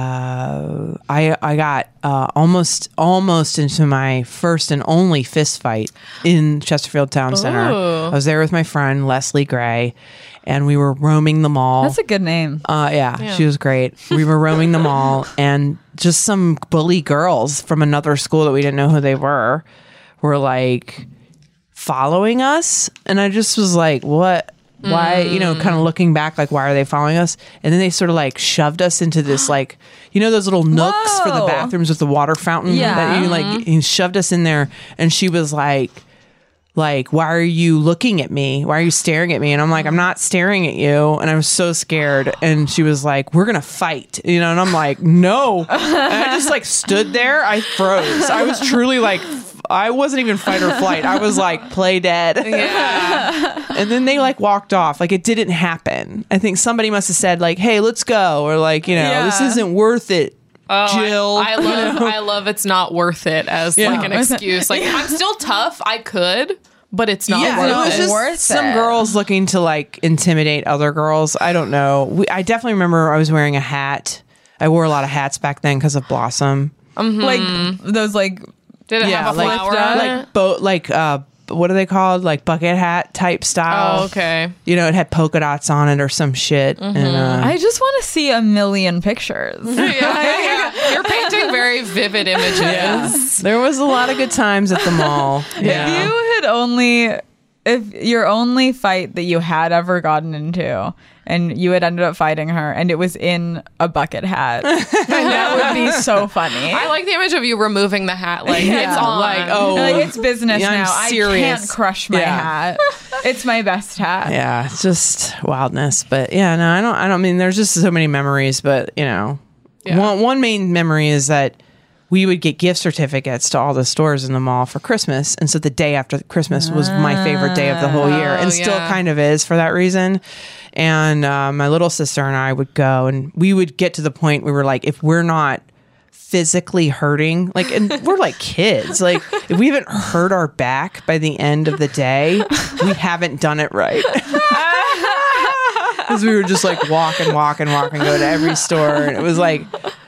S4: Uh, I I got uh, almost almost into my first and only fist fight in Chesterfield Town Center.
S3: Ooh.
S4: I was there with my friend Leslie Gray, and we were roaming the mall.
S2: That's a good name.
S4: Uh, yeah, she was great. We were roaming the mall, and just some bully girls from another school that we didn't know who they were were like following us. And I just was like, what? Why, you know, kind of looking back, like, why are they following us? And then they sort of like shoved us into this, like, you know, those little nooks for the
S2: Whoa.
S4: bathrooms with the water fountain
S2: Yeah.
S4: that you like, he shoved us in there. And she was like, like why are you looking at me why are you staring at me and i'm like i'm not staring at you and i was so scared and she was like we're gonna fight you know and i'm like no and i just like stood there i froze i was truly like f- i wasn't even fight or flight i was like play dead
S3: Yeah,
S4: and then they like walked off like it didn't happen i think somebody must have said like hey let's go or like you know this
S2: Yeah.
S4: isn't worth it jill
S3: I, love. I love. It's not worth it as like an excuse. Like I'm still tough. I could, but it's not
S4: yeah,
S3: worth
S4: it was
S3: it.
S4: just
S2: Worth
S4: some
S2: it.
S4: girls looking to like intimidate other girls. I don't know. We, I definitely remember I was wearing a hat. I wore a lot of hats back then because of Blossom.
S3: Mm-hmm.
S2: Like those like
S3: Did it have a
S4: like
S3: flower on it?
S4: like boat, like uh, what are they called? Like bucket hat type style.
S3: Oh, okay.
S4: You know, it had polka dots on it or some shit.
S3: Mm-hmm.
S4: And, uh,
S2: I just want to see a million pictures.
S3: You're painting very vivid images.
S4: there was a lot of good times at the mall.
S2: If
S4: Yeah.
S2: you had only if your only fight that you had ever gotten into and you had ended up fighting her and it was in a bucket hat, that would be so funny.
S3: I like the image of you removing the hat. Like it's on.
S4: Like oh,
S2: like it's business
S4: Yeah, I'm
S2: now. I
S4: serious.
S2: can't crush my
S4: Yeah.
S2: hat. It's my best hat.
S4: yeah, it's just wildness. But yeah, no, I don't. I don't mean there's just so many memories. But you know,
S3: Yeah.
S4: one one main memory is that we would get gift certificates to all the stores in the mall for Christmas, and so the day after Christmas was my favorite day of the whole year, and
S3: Oh,
S4: still
S3: yeah.
S4: kind of is for that reason. And uh, my little sister and I would go, and we would get to the point we were like, if we're not physically hurting like and we're like kids like if we haven't hurt our back by the end of the day we haven't done it right because we were just like walk and walk and walk and go to every store and it was like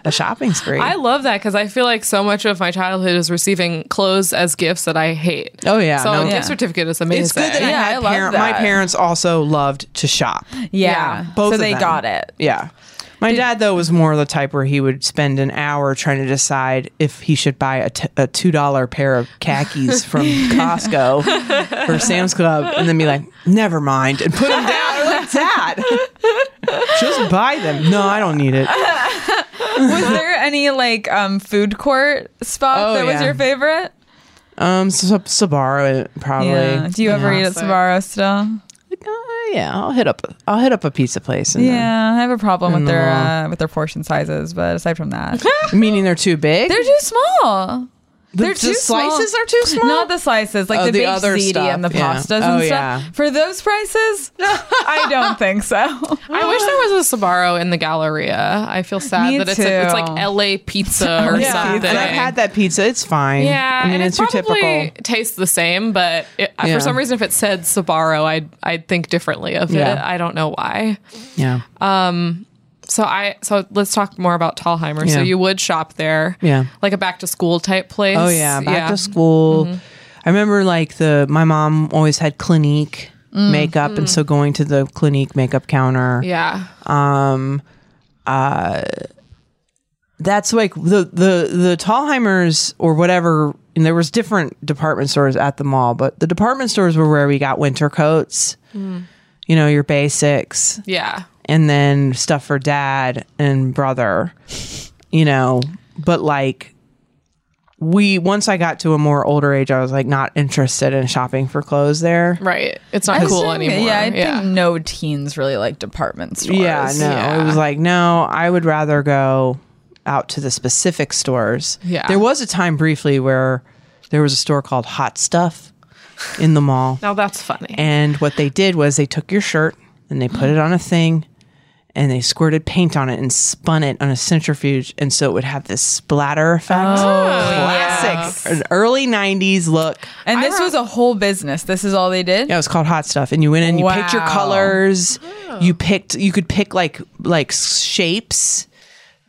S4: a shopping spree
S3: I love that because I feel like so much of my childhood is receiving clothes as gifts that I hate.
S4: Oh, yeah,
S3: so
S4: no.
S3: a gift
S4: Yeah.
S3: certificate is amazing.
S4: it's good that I
S2: Yeah,
S4: had
S2: I love
S4: parent- my
S2: that.
S4: parents also loved to shop
S2: Yeah.
S4: both
S2: so
S4: of
S2: they
S4: them.
S2: got it.
S4: yeah my dad though was more the type where he would spend an hour trying to decide if he should buy a, t- a two dollar pair of khakis from Costco or Sam's Club and then be like never mind and put them down I'm like dad just buy them no I don't need it
S2: Was there any like um food court spot
S4: Oh,
S2: that was
S4: yeah.
S2: your favorite?
S4: um Sab- Sbarro probably
S2: Yeah. Do you ever eat at
S3: Classic.
S2: Sbarro still?
S4: Uh, yeah, I'll hit up. I'll hit up a pizza place. And uh, yeah,
S2: Yeah, I have a problem with their
S4: mall.
S2: uh, with their portion sizes, but aside from that,
S4: meaning they're too big.
S2: they're too small. They're
S4: the
S2: too small.
S4: slices are too small?
S2: Not the slices, like
S4: Oh,
S2: the,
S4: the
S2: baked
S4: other
S2: ziti
S4: stuff,
S2: and the
S4: yeah.
S2: pastas
S4: Oh,
S2: and stuff.
S4: yeah.
S2: For those prices, I don't think so.
S4: Oh,
S3: I wish there was a Sbarro in the Galleria. I feel sad
S2: Me
S3: that it's a, it's
S2: too.
S3: like LA pizza or
S2: Yeah.
S3: something.
S4: and I've had that pizza. It's fine.
S3: Yeah,
S4: I mean
S3: and
S4: it's
S3: it's
S4: your
S3: it probably
S4: typical.
S3: tastes the same, but it,
S4: Yeah.
S3: for some reason, if it said Sbarro, I'd I'd think differently of it.
S4: Yeah.
S3: I don't know why.
S4: Yeah,
S3: So I so let's talk more about Tallheimer. So
S4: Yeah.
S3: you would shop there,
S4: Yeah.
S3: like a back to school type place.
S4: Oh yeah, back to school. I remember like the my mom always had Clinique makeup, and so going to the Clinique makeup counter.
S3: Yeah,
S4: That's like the the the Tallheimers or whatever. And there was different department stores at the mall, but the department stores were where we got winter coats. You know your basics,
S3: yeah.
S4: and then stuff for dad and brother, you know. But like, we once I got to a more older age, I was like not interested in shopping for clothes there.
S3: Right. It's not cool
S2: Actually,
S3: anymore.
S2: Yeah, I think no teens really like department stores.
S4: Yeah, no,
S3: Yeah.
S4: it was like no, I would rather go out to the specific stores.
S3: Yeah.
S4: there was a time briefly where there was a store called Hot Stuff in the mall.
S3: Now that's funny.
S4: And what they did was they took your shirt and they put it on a thing and they squirted paint on it and spun it on a centrifuge. And so it would have this splatter effect. Classic. An early 90s look.
S2: And this was a whole business. This is all they did.
S4: Yeah, it was called Hot Stuff. And you went in, you picked your
S2: Wow.
S4: colors. You picked, you could pick like, like shapes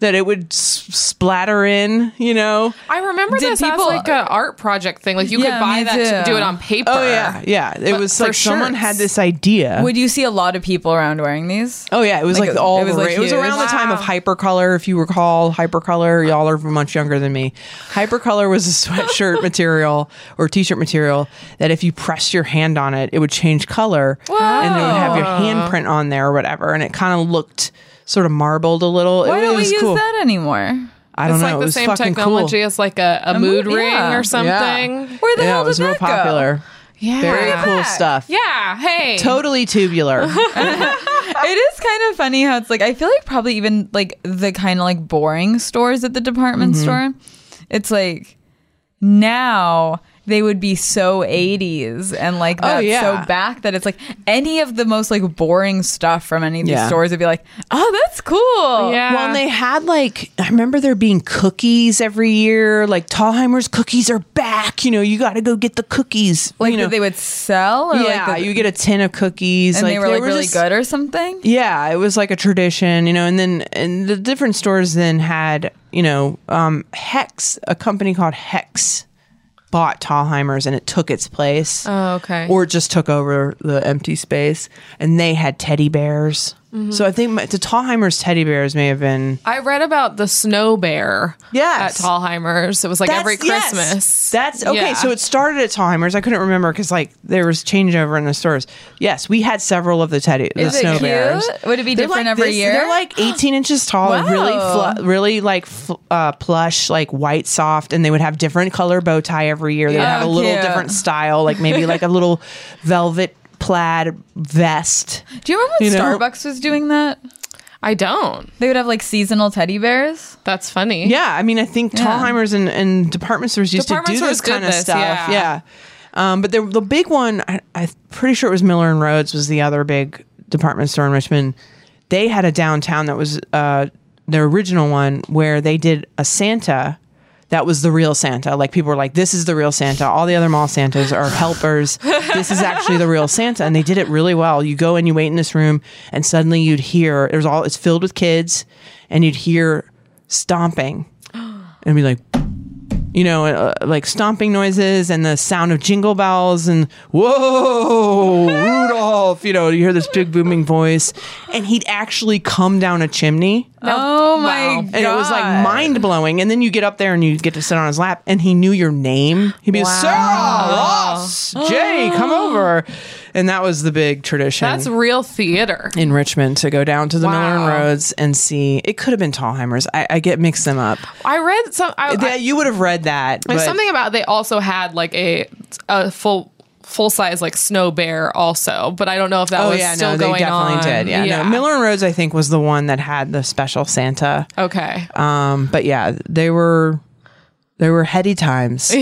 S4: that it would s- splatter in, you know?
S3: I remember
S2: Did
S3: this
S2: people-
S3: as like an art project thing. Like you
S2: Yeah,
S3: could buy
S2: me
S3: that to
S2: too.
S3: do it on paper.
S4: Oh, yeah. Yeah. It
S3: But
S4: was
S3: for
S4: like someone
S3: shirts.
S4: had this idea.
S2: Would you see a lot of people around wearing these?
S4: Oh yeah, it was
S2: Like,
S4: like,
S2: it-
S4: all
S2: it was,
S4: the
S2: like,
S4: ra- it was
S2: huge.
S4: around the time of
S3: Wow.
S4: hypercolor, if you recall. Hypercolor, y'all are much younger than me. Hypercolor was a sweatshirt material or t-shirt material that if you pressed your hand on it, it would change color, and it would have your handprint on there or whatever, and it kind of looked sort of marbled a little.
S2: Why
S4: it,
S2: don't
S4: it
S2: we
S4: was
S2: use
S4: cool.
S2: that anymore?
S4: I don't
S3: It's
S4: know.
S3: like
S4: it
S3: the
S4: was
S3: same
S4: fucking
S3: technology
S4: cool.
S3: as like a, a
S2: mood-
S3: mood ring
S2: yeah. Yeah.
S3: or something.
S2: Where the
S4: yeah,
S2: hell
S4: it was
S2: did
S4: real
S2: that go?
S4: popular.
S3: Yeah.
S4: Very cool stuff.
S3: Yeah. Hey.
S4: Totally tubular.
S2: it is kind of funny how it's like I feel like probably even like the kind of like boring stores at the department
S4: Mm-hmm.
S2: store. It's like now they would be so 80s and like
S4: Oh,
S2: that's
S4: yeah.
S2: so back that it's like any of the most like boring stuff from any of these
S4: Yeah.
S2: stores would be like, "Oh, that's cool."
S3: Yeah.
S4: Well, and they had like I remember there being cookies every year. Like Tallheimer's cookies are back. You know, you got to go get the cookies.
S2: Like
S4: you know,
S2: that they would sell or
S4: yeah,
S2: like that-
S4: you get a tin of cookies.
S2: and they were
S4: there
S2: like really
S4: just-
S2: good or something.
S4: Yeah, it was like a tradition, you know. And then and the different stores then had you know um, Hex, a company called Hex, bought Tallheimer's and it took its place.
S3: Oh, okay.
S4: Or it just took over the empty space, and they had teddy bears.
S2: Mm-hmm.
S4: So I think my, the Tallheimer's teddy bears may have been
S3: I read about the snow bear
S4: Yes.
S3: at Tallheimer's. It was like every
S4: yes.
S3: Christmas.
S4: That's okay.
S3: Yeah.
S4: So it started at Timers. I couldn't remember because like there was changeover in the stores. Yes, we had several of the teddy the
S2: Is it
S4: snow
S2: cute?
S4: bears.
S2: Would it be
S4: They're
S2: different
S4: like
S2: every
S4: this-
S2: year?
S4: They're like 18 inches tall, and really,
S2: Wow.
S4: fl- really like fl- uh, plush, like white, soft, and they would have different color bow tie every year. They would
S2: Yeah.
S4: have a
S2: Oh,
S4: little
S2: cute.
S4: different style, like maybe like a little velvet plaid vest.
S2: Do you remember when
S4: You know?
S2: Starbucks was doing that?
S3: I don't.
S2: They would have like seasonal teddy bears.
S3: That's funny.
S4: Yeah, I mean, I think Tallheimers and, and department stores used
S3: Department
S4: to do this
S3: stores did
S4: kind of
S3: this,
S4: stuff. Yeah.
S3: yeah.
S4: Um, but the, the big one, I, I'm pretty sure it was Miller and Rhodes was the other big department store in Richmond. They had a downtown that was uh, their original one where they did a Santa that was the real Santa. Like people were like, this is the real Santa. All the other mall Santas are helpers. this is actually the real Santa. And they did it really well. You go and you wait in this room and suddenly you'd hear, it was all, it's filled with kids and you'd hear stomping and be like, you know, uh, like stomping noises and the sound of jingle bells and whoa, Rudolph, you know, you hear this big booming voice. And he'd actually come down a chimney.
S2: Oh my
S3: Wow.
S2: god!
S4: And it was like mind blowing. And then you get up there and you get to sit on his lap, and he knew your name. He'd be Sarah Ross, Jay, come over. And that was the big tradition
S3: That's real theater.
S4: in Richmond to go down to the Miller and
S3: Wow.
S4: Roads and see. It could have been Tallheimers. I, I get mixed them up.
S3: I read some. I, I-
S4: That you would have read that.
S3: there's
S4: but-
S3: something about they also had like a a full full size like snow bear also, but I don't know if that
S4: Oh
S3: was
S4: yeah,
S3: still
S4: no, they
S3: going
S4: definitely
S3: on.
S4: did. Yeah, no, Miller and Rhodes, I think, was the one that had the special Santa.
S3: Okay.
S4: Um, but yeah, they were There were heady times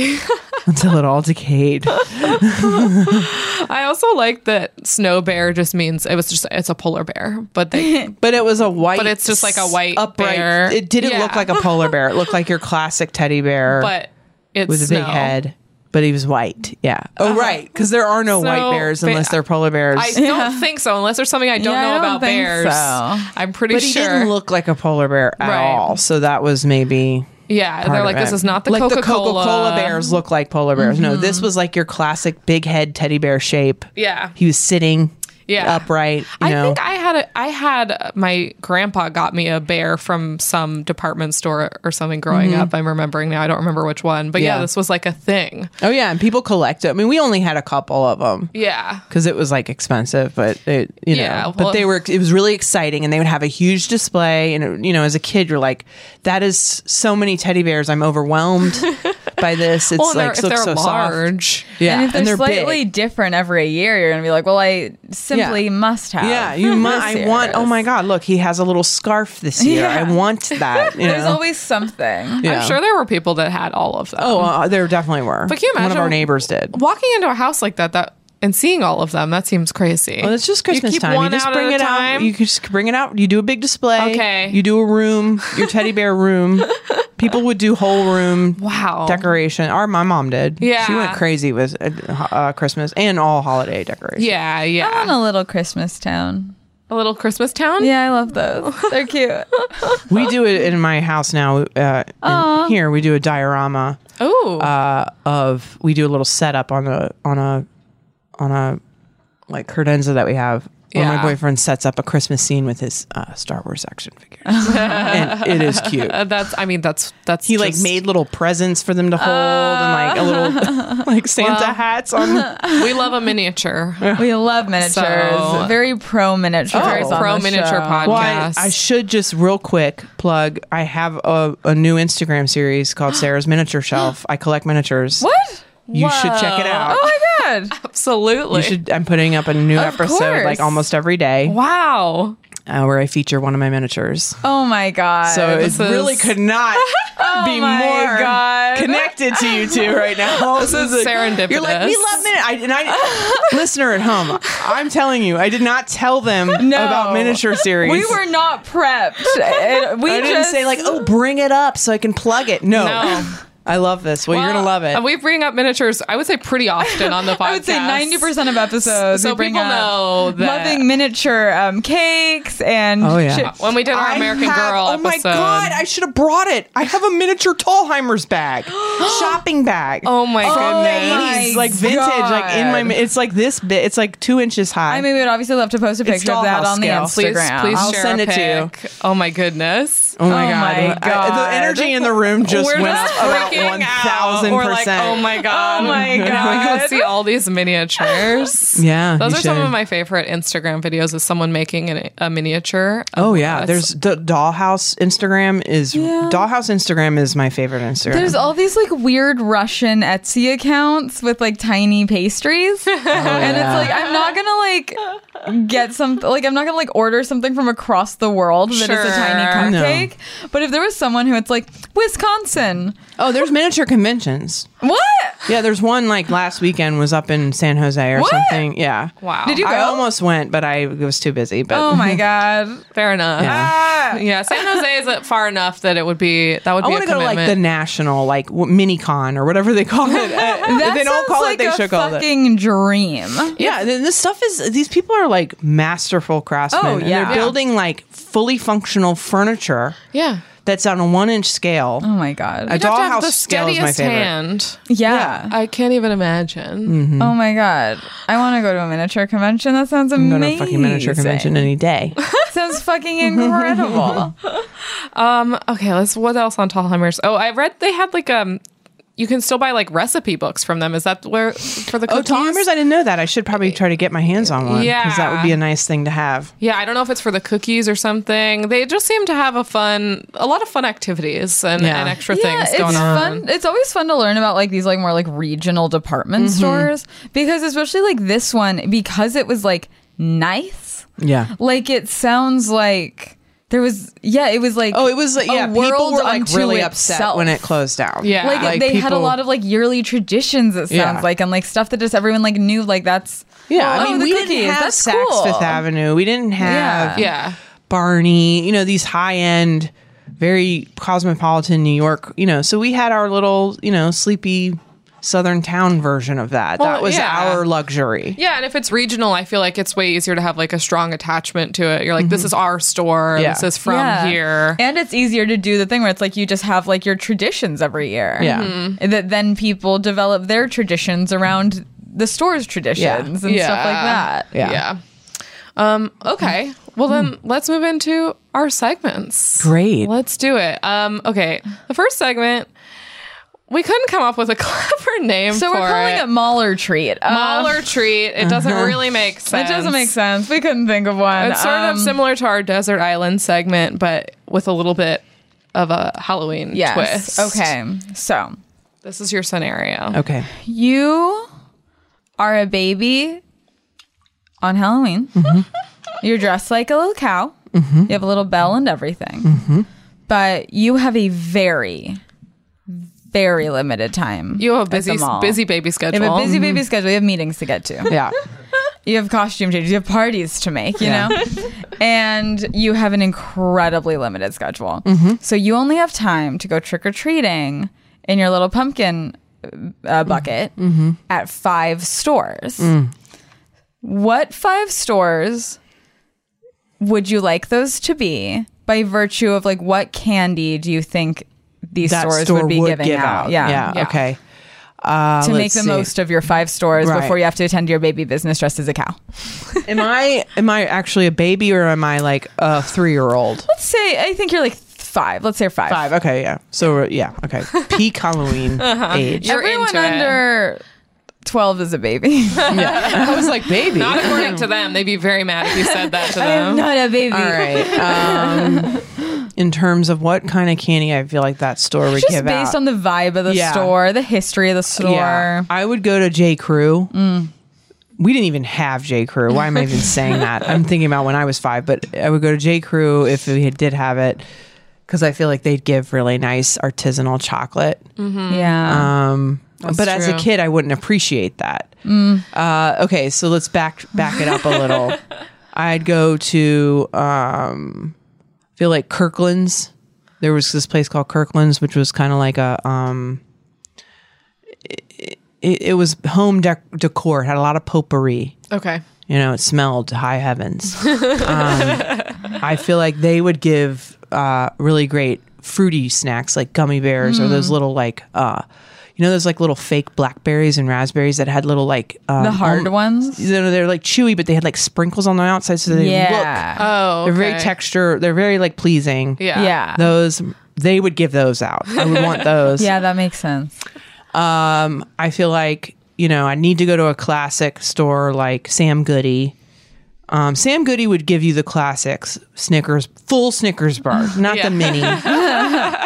S4: until it all decayed.
S3: I also like that snow bear just means it was just it's a polar bear, but they
S4: But it was a white.
S3: But it's just like a white
S4: upright.
S3: bear.
S4: It didn't
S3: Yeah.
S4: look like a polar bear. It looked like your classic teddy bear
S3: but it's
S4: with a
S3: snow.
S4: big head. But he was white. Yeah. Oh, right. Because there are no
S3: Snow
S4: white bears
S3: bear-
S4: unless they're polar bears.
S3: I don't think so, unless there's something I don't
S2: Yeah, I
S3: know
S2: don't
S3: about
S2: think
S3: bears.
S2: so.
S3: I'm pretty
S4: but he
S3: sure.
S4: didn't look like a polar bear at
S3: Right.
S4: all. So that was maybe.
S3: yeah,
S4: part
S3: they're
S4: of
S3: like, this
S4: it.
S3: is not the
S4: like
S3: Coca
S4: the Coca-Cola bears look like polar bears. No, this was like your classic big head teddy bear shape.
S3: Yeah.
S4: He was sitting
S3: Yeah.
S4: upright. You
S3: I
S4: know.
S3: think I had a I had my grandpa got me a bear from some department store or something growing
S2: Mm-hmm.
S3: up. I'm remembering now. I don't remember which one, but yeah,
S4: Yeah.
S3: this was like a thing.
S4: oh yeah, and people collect it. I mean, we only had a couple of them.
S3: Yeah.
S4: because it was like expensive, but it, you
S3: Yeah,
S4: know,
S3: well-
S4: but they were, it was really exciting and they would have a huge display. And, it, you know, as a kid, you're like, that is so many teddy bears. I'm overwhelmed by this. It's
S3: Well, and they're-
S4: like,
S3: if
S4: looks
S3: they're
S4: so soft.
S3: large,
S4: Yeah.
S2: And if they're, slightly
S4: big.
S2: different every year, you're gonna be like, "Well, I simply must have."
S4: Yeah. You
S2: this
S4: mu- I want, oh
S2: year's."
S4: my God, look, he has a little scarf this year.
S2: Yeah.
S4: I want that. You
S2: There's
S4: know?
S2: always something.
S4: Yeah.
S3: I'm sure there were people that had all of them.
S4: Oh, uh, there definitely were.
S3: But can you
S4: One
S3: imagine-
S4: of our neighbors did.
S3: walking into a house like that that and seeing all of them that seems crazy.
S4: Well, it's just Christmas
S3: you keep
S4: time.
S3: One
S4: you just
S3: out
S4: bring
S3: at
S4: it
S3: a time.
S4: out. You could just bring it out. You do a big display.
S3: Okay.
S4: You do a room, your teddy bear room. People would do whole room.
S3: Wow.
S4: Decoration. Or my mom did. She
S3: Yeah.
S4: went crazy with uh, uh, Christmas and all holiday decorations.
S3: yeah,
S2: I want
S3: yeah.
S2: a little Christmas town.
S3: A little Christmas town.
S2: Yeah, I love those. They're cute.
S4: We do it in my house now. Uh, in here we do a diorama
S3: Oh,
S4: uh, of. We do a little setup on a on a on a like credenza that we have. Where
S3: Yeah.
S4: my boyfriend sets up a Christmas scene with his uh, Star Wars action figures, and it is cute.
S3: Uh, that's. I mean, that's that's.
S4: he like made little presents for them to hold and like a little like Santa hats on.
S3: We love a miniature.
S4: Oh,
S2: We love miniatures.
S3: So-
S2: very pro miniatures.
S3: Very
S2: on
S3: pro
S2: the
S3: miniature
S2: show.
S3: podcast.
S4: Well, I, I should just real quick plug. I have a, a new Instagram series called Sarah's Miniature Shelf. I collect miniatures.
S2: What?
S4: You should check it out.
S2: Oh my god!
S3: Absolutely.
S4: You should. I'm putting up a new
S2: Of
S4: episode
S2: course.
S4: like almost every day
S3: Wow.
S4: uh, where I feature one of my miniatures.
S2: Oh my god!
S4: So it
S3: this is- Oh
S4: really could not be
S2: my
S4: more
S2: God.
S4: connected to you two right now. This
S3: is serendipitous.
S4: You're like, we love miniatures. I, and I, listener at home, I'm telling you, I did not tell them about miniature series.
S2: we were not prepped. It- we
S4: I
S2: just
S4: didn't say like, oh, bring it up so I can plug it. No.
S3: No.
S4: I love this. Well, you're gonna love it.
S3: And Uh, we bring up miniatures. I would say pretty often on the podcast.
S2: I would say ninety percent of episodes.
S3: So
S2: we bring
S3: people
S2: up
S3: know that-
S2: loving miniature um, cakes and
S4: Oh, yeah.
S2: chips.
S3: When we did our
S4: I
S3: American
S4: have-
S3: Girl
S4: Oh
S3: episode.
S4: my god! I should have brought it. I have a miniature Tallheimer's bag, shopping bag.
S3: Oh my
S4: from the
S3: goodness.
S2: my
S4: 80s, like vintage, like in my.
S2: God.
S4: It's like this bit. It's like two inches high.
S2: I mean, we would obviously love to post a
S4: It's
S2: picture of that
S4: dollhouse
S2: on the
S4: scale.
S3: please,
S2: Instagram.
S3: please
S4: I'll
S3: share
S4: send
S3: a
S4: it to you.
S3: pic. Oh my goodness.
S4: Oh my
S2: Oh
S4: god!
S2: my
S4: I- the
S2: God.
S4: energy in the room just
S3: We're
S4: went
S3: just
S4: up about
S3: freaking
S4: one
S3: out.
S4: thousand
S3: We're like,
S4: percent.
S3: oh my god,
S2: Oh my
S3: I
S2: God.
S3: see all these miniatures.
S4: Yeah,
S3: those
S4: you
S3: are some
S4: should.
S3: of my favorite Instagram videos. Is someone making an, a miniature? of
S4: Oh yeah,
S3: us.
S4: there's the dollhouse Instagram is dollhouse Instagram is my favorite Instagram.
S2: There's all these like weird Russian Etsy accounts with like tiny pastries. and
S4: Oh, yeah.
S2: it's like I'm not going to like get something like I'm not going to like order something from across the world that is a
S3: Sure.
S2: tiny
S4: No.
S2: cupcake. But if there was someone who it's like Wisconsin.
S4: oh, there's miniature conventions.
S2: What?
S4: Yeah, there's one like last weekend was up in San Jose or
S2: What?
S4: something. Yeah.
S3: wow.
S2: Did you
S4: I
S2: go?
S4: almost went, but I was too busy. But
S2: Oh my god.
S3: Fair enough.
S4: Uh,
S3: Yeah.
S2: Ah.
S3: San Jose is far enough that it would be that would
S4: I
S3: be a
S4: want to go to
S3: commitment.
S4: like the national, like w- mini con or whatever they call it. Uh,
S2: That
S4: if they don't
S2: sounds
S4: call
S2: like
S4: it, they
S2: a
S4: should call it.
S2: fucking dream.
S4: Yeah, then this stuff is. These people are like masterful craftsmen.
S2: Oh,
S4: and
S2: yeah.
S4: they're building like fully functional furniture
S3: yeah.
S4: that's on a one inch scale.
S2: Oh my god.
S4: A
S3: You'd have to have
S4: dollhouse
S3: the
S4: scale is my
S3: steadiest
S4: favorite. Mm.
S3: hand.
S2: yeah.
S3: I can't even imagine.
S2: Oh my god. I want to go to a miniature convention. That sounds
S4: I'm
S2: amazing.
S4: going to a fucking miniature convention any day.
S2: Sounds fucking incredible.
S3: Um. Okay. Let's. What else on Tallheimers? Oh, I read they had like um. You can still buy like recipe books from them. Is that where for the
S4: Oh,
S3: cookies?
S4: Tallheimers! I didn't know that. I should probably try to get my hands on one because that would be
S3: Yeah.
S4: a nice thing to have.
S3: Yeah, I don't know if it's for the cookies or something. They just seem to have a fun, a lot of fun activities and,
S4: Yeah.
S3: and extra
S2: yeah,
S3: things
S2: it's
S3: going on.
S2: fun. It's always fun to learn about like these like more like regional department
S4: Mm-hmm.
S2: stores because especially like this one because it was like nice.
S4: Yeah.
S2: Like it sounds like There was yeah, it was like
S4: Oh, it was like,
S2: a
S4: yeah, people
S2: world
S4: were like
S2: unto
S4: really upset
S2: itself.
S4: when it closed down.
S3: Yeah.
S2: like,
S4: Like,
S2: they had a
S4: people-
S2: lot of like yearly traditions. It sounds
S4: Yeah.
S2: like and like stuff that just everyone like knew like that's
S4: Yeah,
S2: Oh,
S4: I mean,
S2: the
S4: we
S2: cookies,
S4: didn't have
S2: that's
S4: Saks
S2: cool.
S4: Fifth Avenue. We didn't have
S2: Yeah.
S3: Yeah.
S4: Barney. You know, these high end, very cosmopolitan New York. You know, so we had our little, you know, sleepy southern town version of that.
S3: Well,
S4: that was
S3: yeah.
S4: our luxury.
S3: Yeah, and if it's regional, I feel like it's way easier to have like a strong attachment to it. You're like, this is our store.
S4: Mm-hmm. Yeah.
S3: This is from
S2: Yeah.
S3: here.
S2: And it's easier to do the thing where it's like you just have like your traditions every year.
S4: Yeah.
S3: Mm-hmm.
S2: That then people develop their traditions around the store's traditions and stuff like that.
S4: Yeah. Hmm.
S3: Yeah. Um, okay. Well, then let's move into our segments.
S4: Great.
S3: Let's do it. Um, okay. The first segment, we couldn't come up with a clever name
S2: So
S3: for
S2: we're calling it,
S3: it.
S2: Mahler treat. Um,
S3: Mahler treat. It doesn't really make
S2: Uh-huh. That
S3: sense.
S2: doesn't make sense. We couldn't think of one.
S3: It's sort of
S2: Um,
S3: similar to our desert island segment, but with a little bit of a Halloween
S2: Yes.
S3: twist.
S2: Okay. So
S3: This is your scenario.
S4: Okay.
S2: you are a baby on Halloween. You're dressed like a little cow. You have a little bell and everything. But you have a very, very limited time.
S3: You have
S2: at
S3: a
S2: the
S3: busy
S2: mall.
S3: busy Mm-hmm. baby
S2: You
S3: schedule.
S2: have a busy baby schedule. You have meetings to get to.
S4: Yeah.
S2: You have costume changes. You have parties to make. You
S4: Yeah.
S2: know, and you have an incredibly limited schedule.
S4: Mm-hmm.
S2: So you only have time to go trick or treating in your little pumpkin uh,
S4: Mm-hmm.
S2: bucket at five stores.
S4: Mm.
S2: What five stores would you like those to be? By virtue of like, what candy do you think these
S4: That
S2: stores
S4: store
S2: would be
S4: would
S2: giving
S4: give
S2: out?
S4: out. Yeah.
S3: Yeah.
S4: Okay. Uh,
S2: to make
S4: let's
S2: the
S4: see.
S2: most of your five stores
S4: Right.
S2: before you have to attend to your baby business dressed as a cow.
S4: am I am I actually a baby or am I like a three year old?
S2: Let's say I think you're like five. Let's say you're five.
S4: Five. Okay. Yeah. So uh, yeah. Okay. Peak Halloween age.
S3: You're
S2: Everyone
S3: into it.
S2: under twelve is a baby.
S4: Yeah. I was like baby.
S3: Not according to them. They'd be very mad if you said that to them.
S2: not a baby.
S4: All right. Um, in terms of what kind of candy, I feel like that store would
S2: Just
S4: give
S2: based
S4: out.
S2: on the vibe of the
S4: Yeah.
S2: store, the history of the Mm. store.
S4: yeah, I would go to J Crew. We didn't even have J Crew. Why am I even saying that? I'm thinking about when I was five, but I would go to J Crew if we did have it because I feel like they'd give really nice artisanal chocolate.
S2: Mm. Yeah.
S4: Um, but as a
S3: true.
S4: kid, I wouldn't appreciate that. Uh, okay, so let's back back it up a little. I'd go to um, I feel like Kirkland's. There was this place called Kirkland's, which was kind of like a um, it, it was home dec- decor. It had a lot of potpourri.
S3: Okay.
S4: You know, it smelled high heavens. um, I feel like they would give uh, really great fruity snacks like gummy bears or
S2: Mm-hmm.
S4: those little like uh, you know those like little fake blackberries and raspberries that had little like um,
S2: the hard
S4: alm-
S2: ones.
S4: You know, they're like chewy, but they had like sprinkles on the outside, so they
S2: Yeah.
S3: Oh.
S4: look. They're very
S3: okay.
S4: texture. They're very like pleasing.
S3: Yeah.
S2: yeah.
S4: Those they would give those out. I would want those.
S2: yeah, that makes sense.
S4: Um, I feel like you know I need to go to a classic store like Sam Goody. Um, Sam Goody would give you the classics Snickers, full Snickers bars, not
S3: Yeah.
S4: the mini.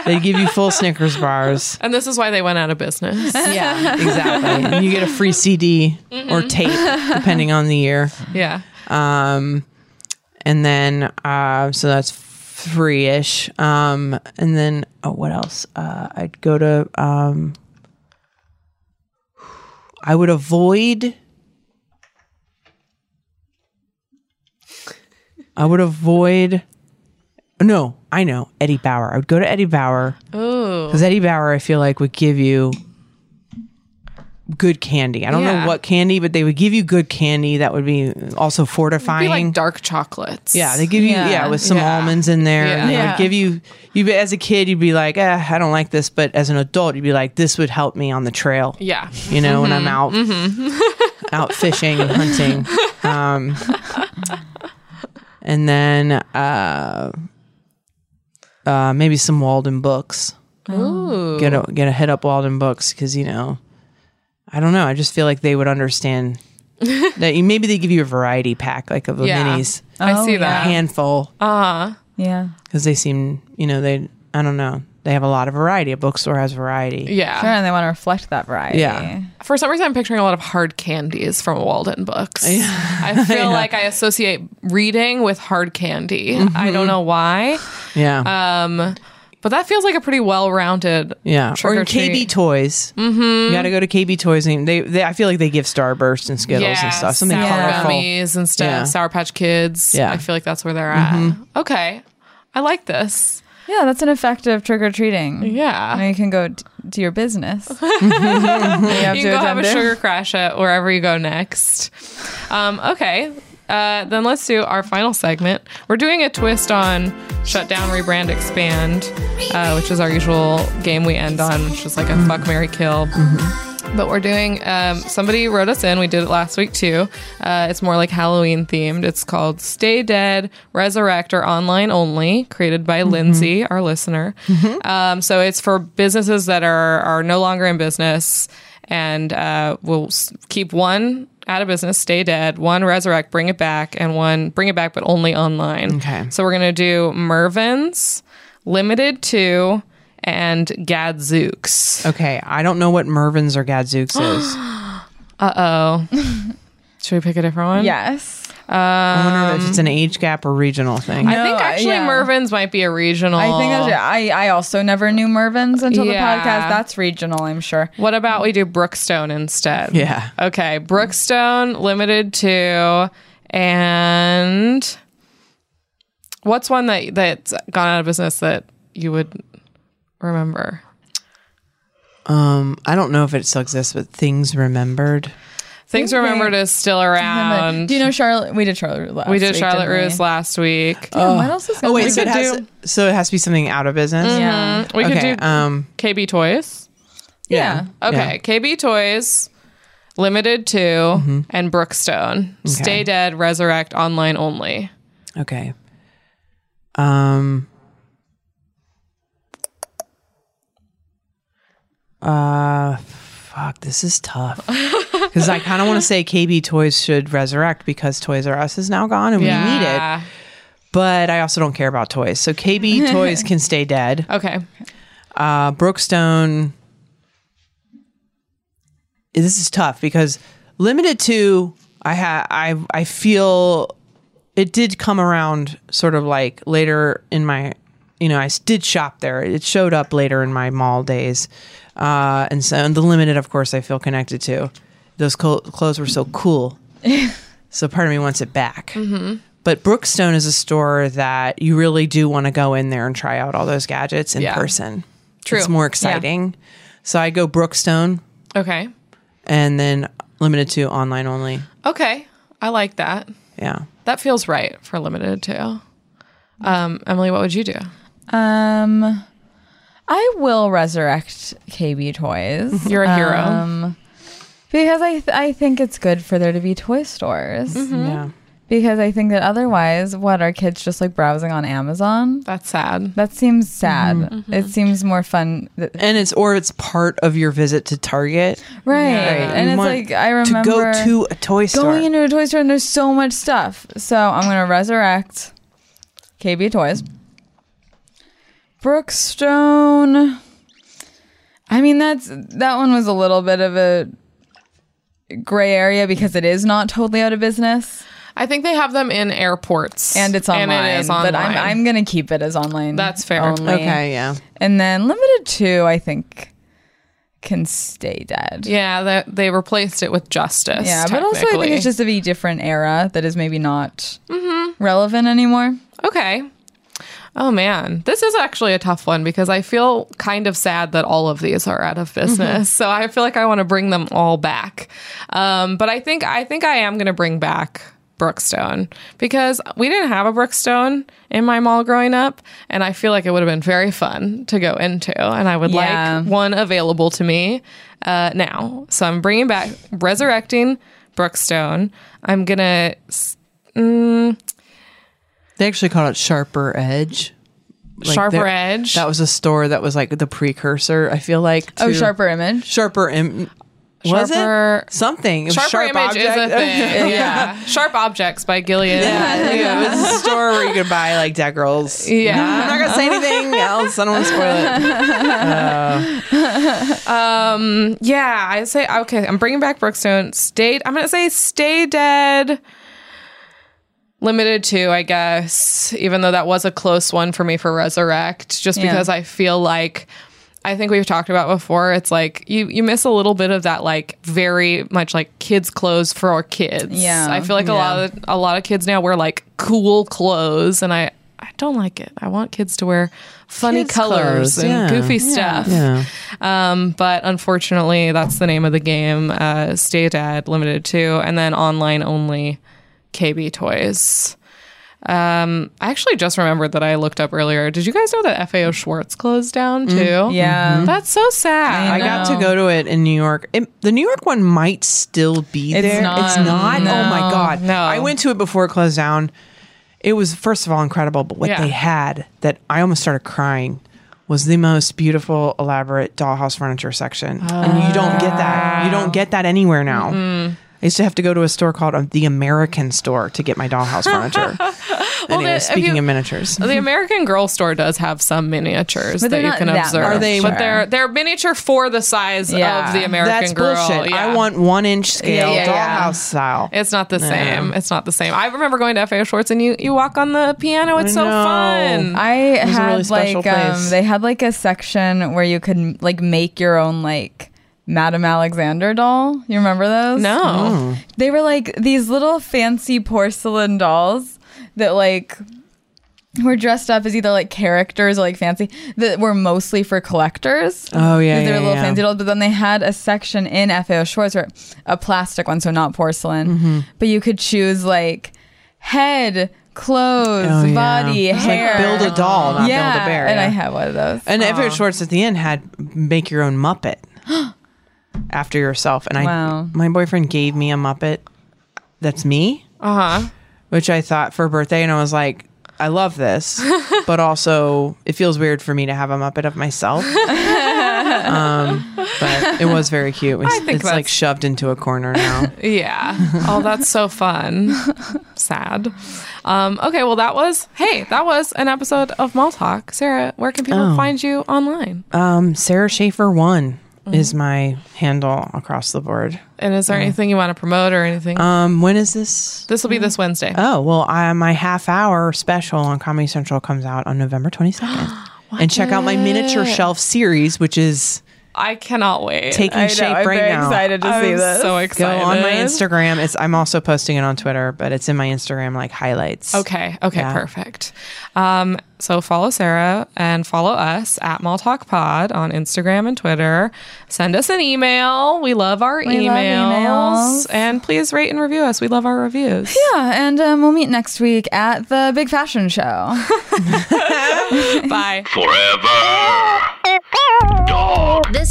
S4: they give you full Snickers bars.
S3: And this is why they went out of business.
S4: Yeah, exactly. And you get a free CD or tape, depending on the year.
S3: yeah.
S4: Um, and then uh, so that's free ish. Um, and then oh, what else? Uh, I'd go to. Um, I would avoid. I would avoid. No, I know Eddie Bauer. I would go to Eddie Bauer
S3: Ooh.
S4: because Eddie Bauer, I feel like, would give you good candy. I don't
S3: Yeah.
S4: know what candy, but they would give you good candy that would be also
S3: Be
S4: fortifying.
S3: like dark chocolates.
S4: yeah, they give you
S2: Yeah.
S4: yeah, with some
S3: Yeah.
S4: almonds in there. And they
S3: Yeah.
S4: would give you you as a kid you'd be like, eh, I don't like this, but as an adult you'd be like, this would help me on the trail.
S3: Yeah. Mm-hmm.
S4: You know, when I'm out out fishing and hunting. Um, and then uh, uh, maybe some Walden books
S3: Ooh.
S4: get a, get a hit up Walden Books because you know, I don't know. I just feel like they would understand that you maybe they give you a variety pack like of the
S3: Yeah.
S4: minis,
S3: I
S2: Oh,
S3: see
S2: yeah.
S4: a
S3: that.
S4: handful
S3: Uh huh.
S2: Yeah.
S4: because they seem you know they I don't know They have a lot of variety. A bookstore has variety.
S3: Yeah.
S2: Sure, and they want to reflect that variety.
S4: Yeah.
S3: For some reason, I'm picturing a lot of hard candies from Walden Books. I feel like I associate reading with hard candy. I
S4: Mm-hmm.
S3: don't know why.
S4: Yeah.
S3: Um, but that feels like a pretty well-rounded.
S4: yeah. Or
S3: trick or
S4: in KB
S3: treat.
S4: Toys. Mm-hmm. You got to go to KB Toys. And they, they, I feel like they give Starburst and Skittles and stuff. Something
S3: sour
S4: colorful.
S3: gummies and stuff.
S4: Yeah.
S3: Sour Patch Kids.
S4: Yeah. Mm-hmm.
S3: I feel like that's where they're at. Okay, I like this.
S2: Yeah, that's an effective trick or treating.
S3: Yeah.
S2: Now you can go t- do your business. you have
S3: you can go have a
S2: attend to.
S3: sugar crash at wherever you go next. Um, okay. Uh, then let's do our final segment. We're doing a twist on shut down, rebrand, expand, uh, which is our usual game we end on, which is like a fuck, Mary kill. But we're doing, um, somebody wrote us in, we did it last week too. Uh, it's more like Halloween themed. It's called Stay Dead, Resurrect, or Online Only, created by Lindsay, our listener. Um, so it's for businesses that are, are no longer in business and uh, we'll s- keep one out of business, stay dead, one resurrect, bring it back, and one bring it back, but only online.
S4: Okay.
S3: So we're going to do Mervin's, Limited to, and Gadzooks.
S4: Okay. I don't know what Mervin's or Gadzooks is.
S3: Uh oh. Should we pick a different one?
S2: Yes.
S4: I wonder if it's an age gap or regional thing.
S3: I think
S2: No, I-
S3: actually
S2: yeah.
S3: Mervin's might be a regional.
S2: I think that's, I I also never knew Mervin's until
S3: Yeah.
S2: the podcast. That's regional, I'm sure.
S3: What about we do Brookstone instead?
S4: Yeah.
S3: Okay. Brookstone limited to and what's one that that's gone out of business that you would remember?
S4: Um, I don't know if it still exists, but things remembered.
S3: Things remembered is still around.
S2: Do you know Charlotte? We did Charlotte Russe last
S3: we did
S2: week,
S3: Charlotte
S2: didn't we?
S3: Russe last week.
S2: Damn, what else is
S4: Oh wait,
S2: going
S4: so it
S2: on?
S4: has
S3: do- Mm,
S4: so it has to be something out of business.
S2: Yeah.
S3: Mm-hmm. we could
S4: Okay.
S3: do
S4: Um.
S3: KB Toys.
S2: Yeah.
S3: Okay, KB Toys limited to
S2: Mm-hmm.
S3: and Brookstone. Stay dead, resurrect, online only.
S4: Yeah. Okay. Um. Uh, fuck. This is tough because I kind of want to say KB Toys should resurrect because Toys R Us is now gone and we need it. But I also don't care about toys, so KB Toys can stay dead.
S3: Okay.
S4: uh, Brookstone. This is tough because limited to I ha I I feel it did come around sort of like later in my you know I s- did shop there. It showed up later in my mall days, uh, and so and the limited of course I feel connected to. Those clo- clothes were so cool, so part of me wants it back. But Brookstone is a store that you really do want to go in there and try out all those gadgets in
S3: Yeah.
S4: person.
S3: True.
S4: It's more exciting. So I go Brookstone
S3: Okay.
S4: and then limited to online only.
S3: Okay. I like that.
S4: Yeah.
S3: That feels right for limited too. Um, Emily, what would you do?
S2: Um, I will resurrect KB Toys.
S3: You're a hero.
S2: Um, because I th- I think it's good for there to be toy stores.
S3: Mm-hmm.
S4: Yeah.
S2: Because I think that otherwise, what are kids just like browsing on Amazon?
S3: That's sad.
S2: That seems sad.
S3: Mm-hmm.
S2: It seems more fun. Th-
S4: And it's or it's part of your visit to Target.
S2: right.
S4: You
S2: And it's
S4: want
S2: like, I remember
S4: to go to a toy store.
S2: going into a toy store and there's so much stuff. So I'm going to resurrect KB Toys. Brookstone. I mean, that's that one was a little bit of a gray area because it is not totally out of business
S3: I think they have them in airports
S2: and it's online.
S3: it is online.
S2: But I'm, I'm going to keep it as online.
S3: That's fair.
S2: only.
S4: okay, yeah.
S2: And then limited two, I think, can stay dead.
S3: yeah, that they replaced it with justice.
S2: Yeah, but also I think
S3: technically.
S2: it's just of a different era that is maybe not
S3: Mm-hmm.
S2: relevant anymore.
S3: Okay. Oh man, this is actually a tough one because I feel kind of sad that all of these are out of business. So I feel like I want to bring them all back. Um, but I think I think I am going to bring back Brookstone because we didn't have a Brookstone in my mall growing up, and I feel like it would have been very fun to go into, and I would
S2: Yeah.
S3: like one available to me uh, now. So I'm bringing back resurrecting Brookstone. I'm gonna
S4: They actually called it Sharper Edge. Like
S3: sharper
S4: that-
S3: edge.
S4: That was a store that was like the precursor, I feel like.
S2: Oh,
S4: to-
S2: sharper image.
S4: Sharper Im- Was
S3: Sharper-
S4: it something? It was
S3: Sharper
S4: Sharp
S3: image is a
S4: Object?
S3: thing. yeah. Sharp objects by Gilead.
S4: Yeah, it was a store where you could buy like Deckrolls.
S3: Yeah.
S4: No, I'm not gonna say anything else. I don't want to spoil it.
S3: Yeah, I say okay. I'm bringing back Brookstone. Stay. I'm gonna say Stay Dead. Limited to, I guess, even though that was a close one for me for Resurrect, just
S2: Yeah.
S3: because I feel like I think we've talked about before. It's like you you miss a little bit of that like very much like kids clothes for kids.
S2: Yeah.
S3: I feel like a lot of a lot of kids now wear like cool clothes, and I I don't like it. I want kids to wear funny
S4: Kids'
S3: colors
S4: clothes,
S3: and
S4: yeah.
S3: goofy stuff.
S4: Yeah.
S3: Um, but unfortunately, that's the name of the game. Uh, Stay Dad Limited to, and then online only KB Toys. Um, I actually just remembered that I looked up earlier. Did you guys know that FAO Schwartz closed down too?
S2: Mm, Yeah.
S4: Mm-hmm.
S3: That's so sad.
S4: I got to go to it in New York. It- the New York one might still be
S2: It's
S4: there.
S2: not.
S4: It's not.
S2: No.
S4: oh my god!
S3: No.
S4: I went to it before it closed down. It was first of all incredible, but what
S3: Yeah.
S4: they had that I almost started crying was the most beautiful, elaborate dollhouse furniture section, and you don't get that. You don't get that anywhere now. I used to have to go to a store called uh, the American Store to get my dollhouse furniture. anyway,
S3: the- if
S4: speaking
S3: you-
S4: of miniatures,
S3: The American Girl store does have some miniatures
S2: But they're
S3: that you
S2: not
S3: can
S2: that
S3: observe.
S2: much.
S4: Are they-
S3: But they're they're miniature for the size
S2: Yeah.
S3: of the American
S4: that's
S3: Girl.
S4: bullshit.
S3: Yeah.
S4: I want one inch scale
S2: Yeah, yeah, yeah.
S4: dollhouse style.
S3: It's not the same. It's not the same. I remember going to FAO Schwartz and you, you walk on the piano. It's so
S4: know.
S3: fun.
S2: I
S4: was a
S2: had
S4: really special
S2: like um,
S4: place.
S2: they had like a section where you could like make your own like Madame Alexander doll. You remember those?
S3: no.
S4: Mm.
S2: They were like these little fancy porcelain dolls that like were dressed up as either like characters or like fancy that were mostly for collectors.
S4: Oh, yeah,
S2: They're
S4: yeah,
S2: little
S4: yeah.
S2: fancy dolls, but then they had a section in FAO Schwartz where a plastic one, so not porcelain,
S4: Mm-hmm.
S2: but you could choose like head, clothes,
S4: Oh, yeah.
S2: body,
S4: It's like
S2: hair.
S4: build a doll, not
S2: yeah,
S4: build a bear.
S2: And I
S4: yeah.
S2: had one of those.
S4: And Everett Schwartz at the end had make your own Muppet after yourself. And I,
S2: Wow.
S4: my boyfriend gave me a Muppet that's me,
S3: Uh huh.
S4: which I thought for birthday, and I was like, I love this, but also it feels weird for me to have a Muppet of myself. um, but it was very cute. It's,
S3: think
S4: it's like
S3: that's-
S4: shoved into a corner now.
S3: Yeah. Oh, that's so fun. Sad. Um, okay. Well, that was, hey, that was an episode of Mall Talk. Sarah, where can people
S4: Oh.
S3: find you online?
S4: Um, Sarah Schaefer one is
S3: Mm-hmm.
S4: my handle across the board.
S3: And is there
S4: Uh,
S3: anything you want to promote or anything?
S4: Um, when is this?
S3: this will be this Wednesday.
S4: Oh well, I, my half hour special on Comedy Central comes out on November twenty second, and check out my miniature shelf series, which is
S3: I cannot wait.
S4: taking
S2: I know,
S4: shape
S2: I'm
S4: right
S2: very
S4: now.
S2: excited to see
S3: I'm
S2: this.
S3: so
S4: Go
S3: excited.
S4: on my Instagram. It's I'm also posting it on Twitter, but it's in my Instagram like highlights.
S3: Okay. Okay.
S4: Yeah.
S3: Perfect. Um, so follow Sarah and follow us at Mall Talk Pod on Instagram and Twitter. Send us an email. We love our
S2: love emails.
S3: And please rate and review us. We love our reviews.
S2: yeah, and um, we'll meet next week at the Big Fashion Show.
S3: Bye.
S1: Forever. Dog.
S5: This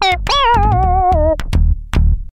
S1: Dog.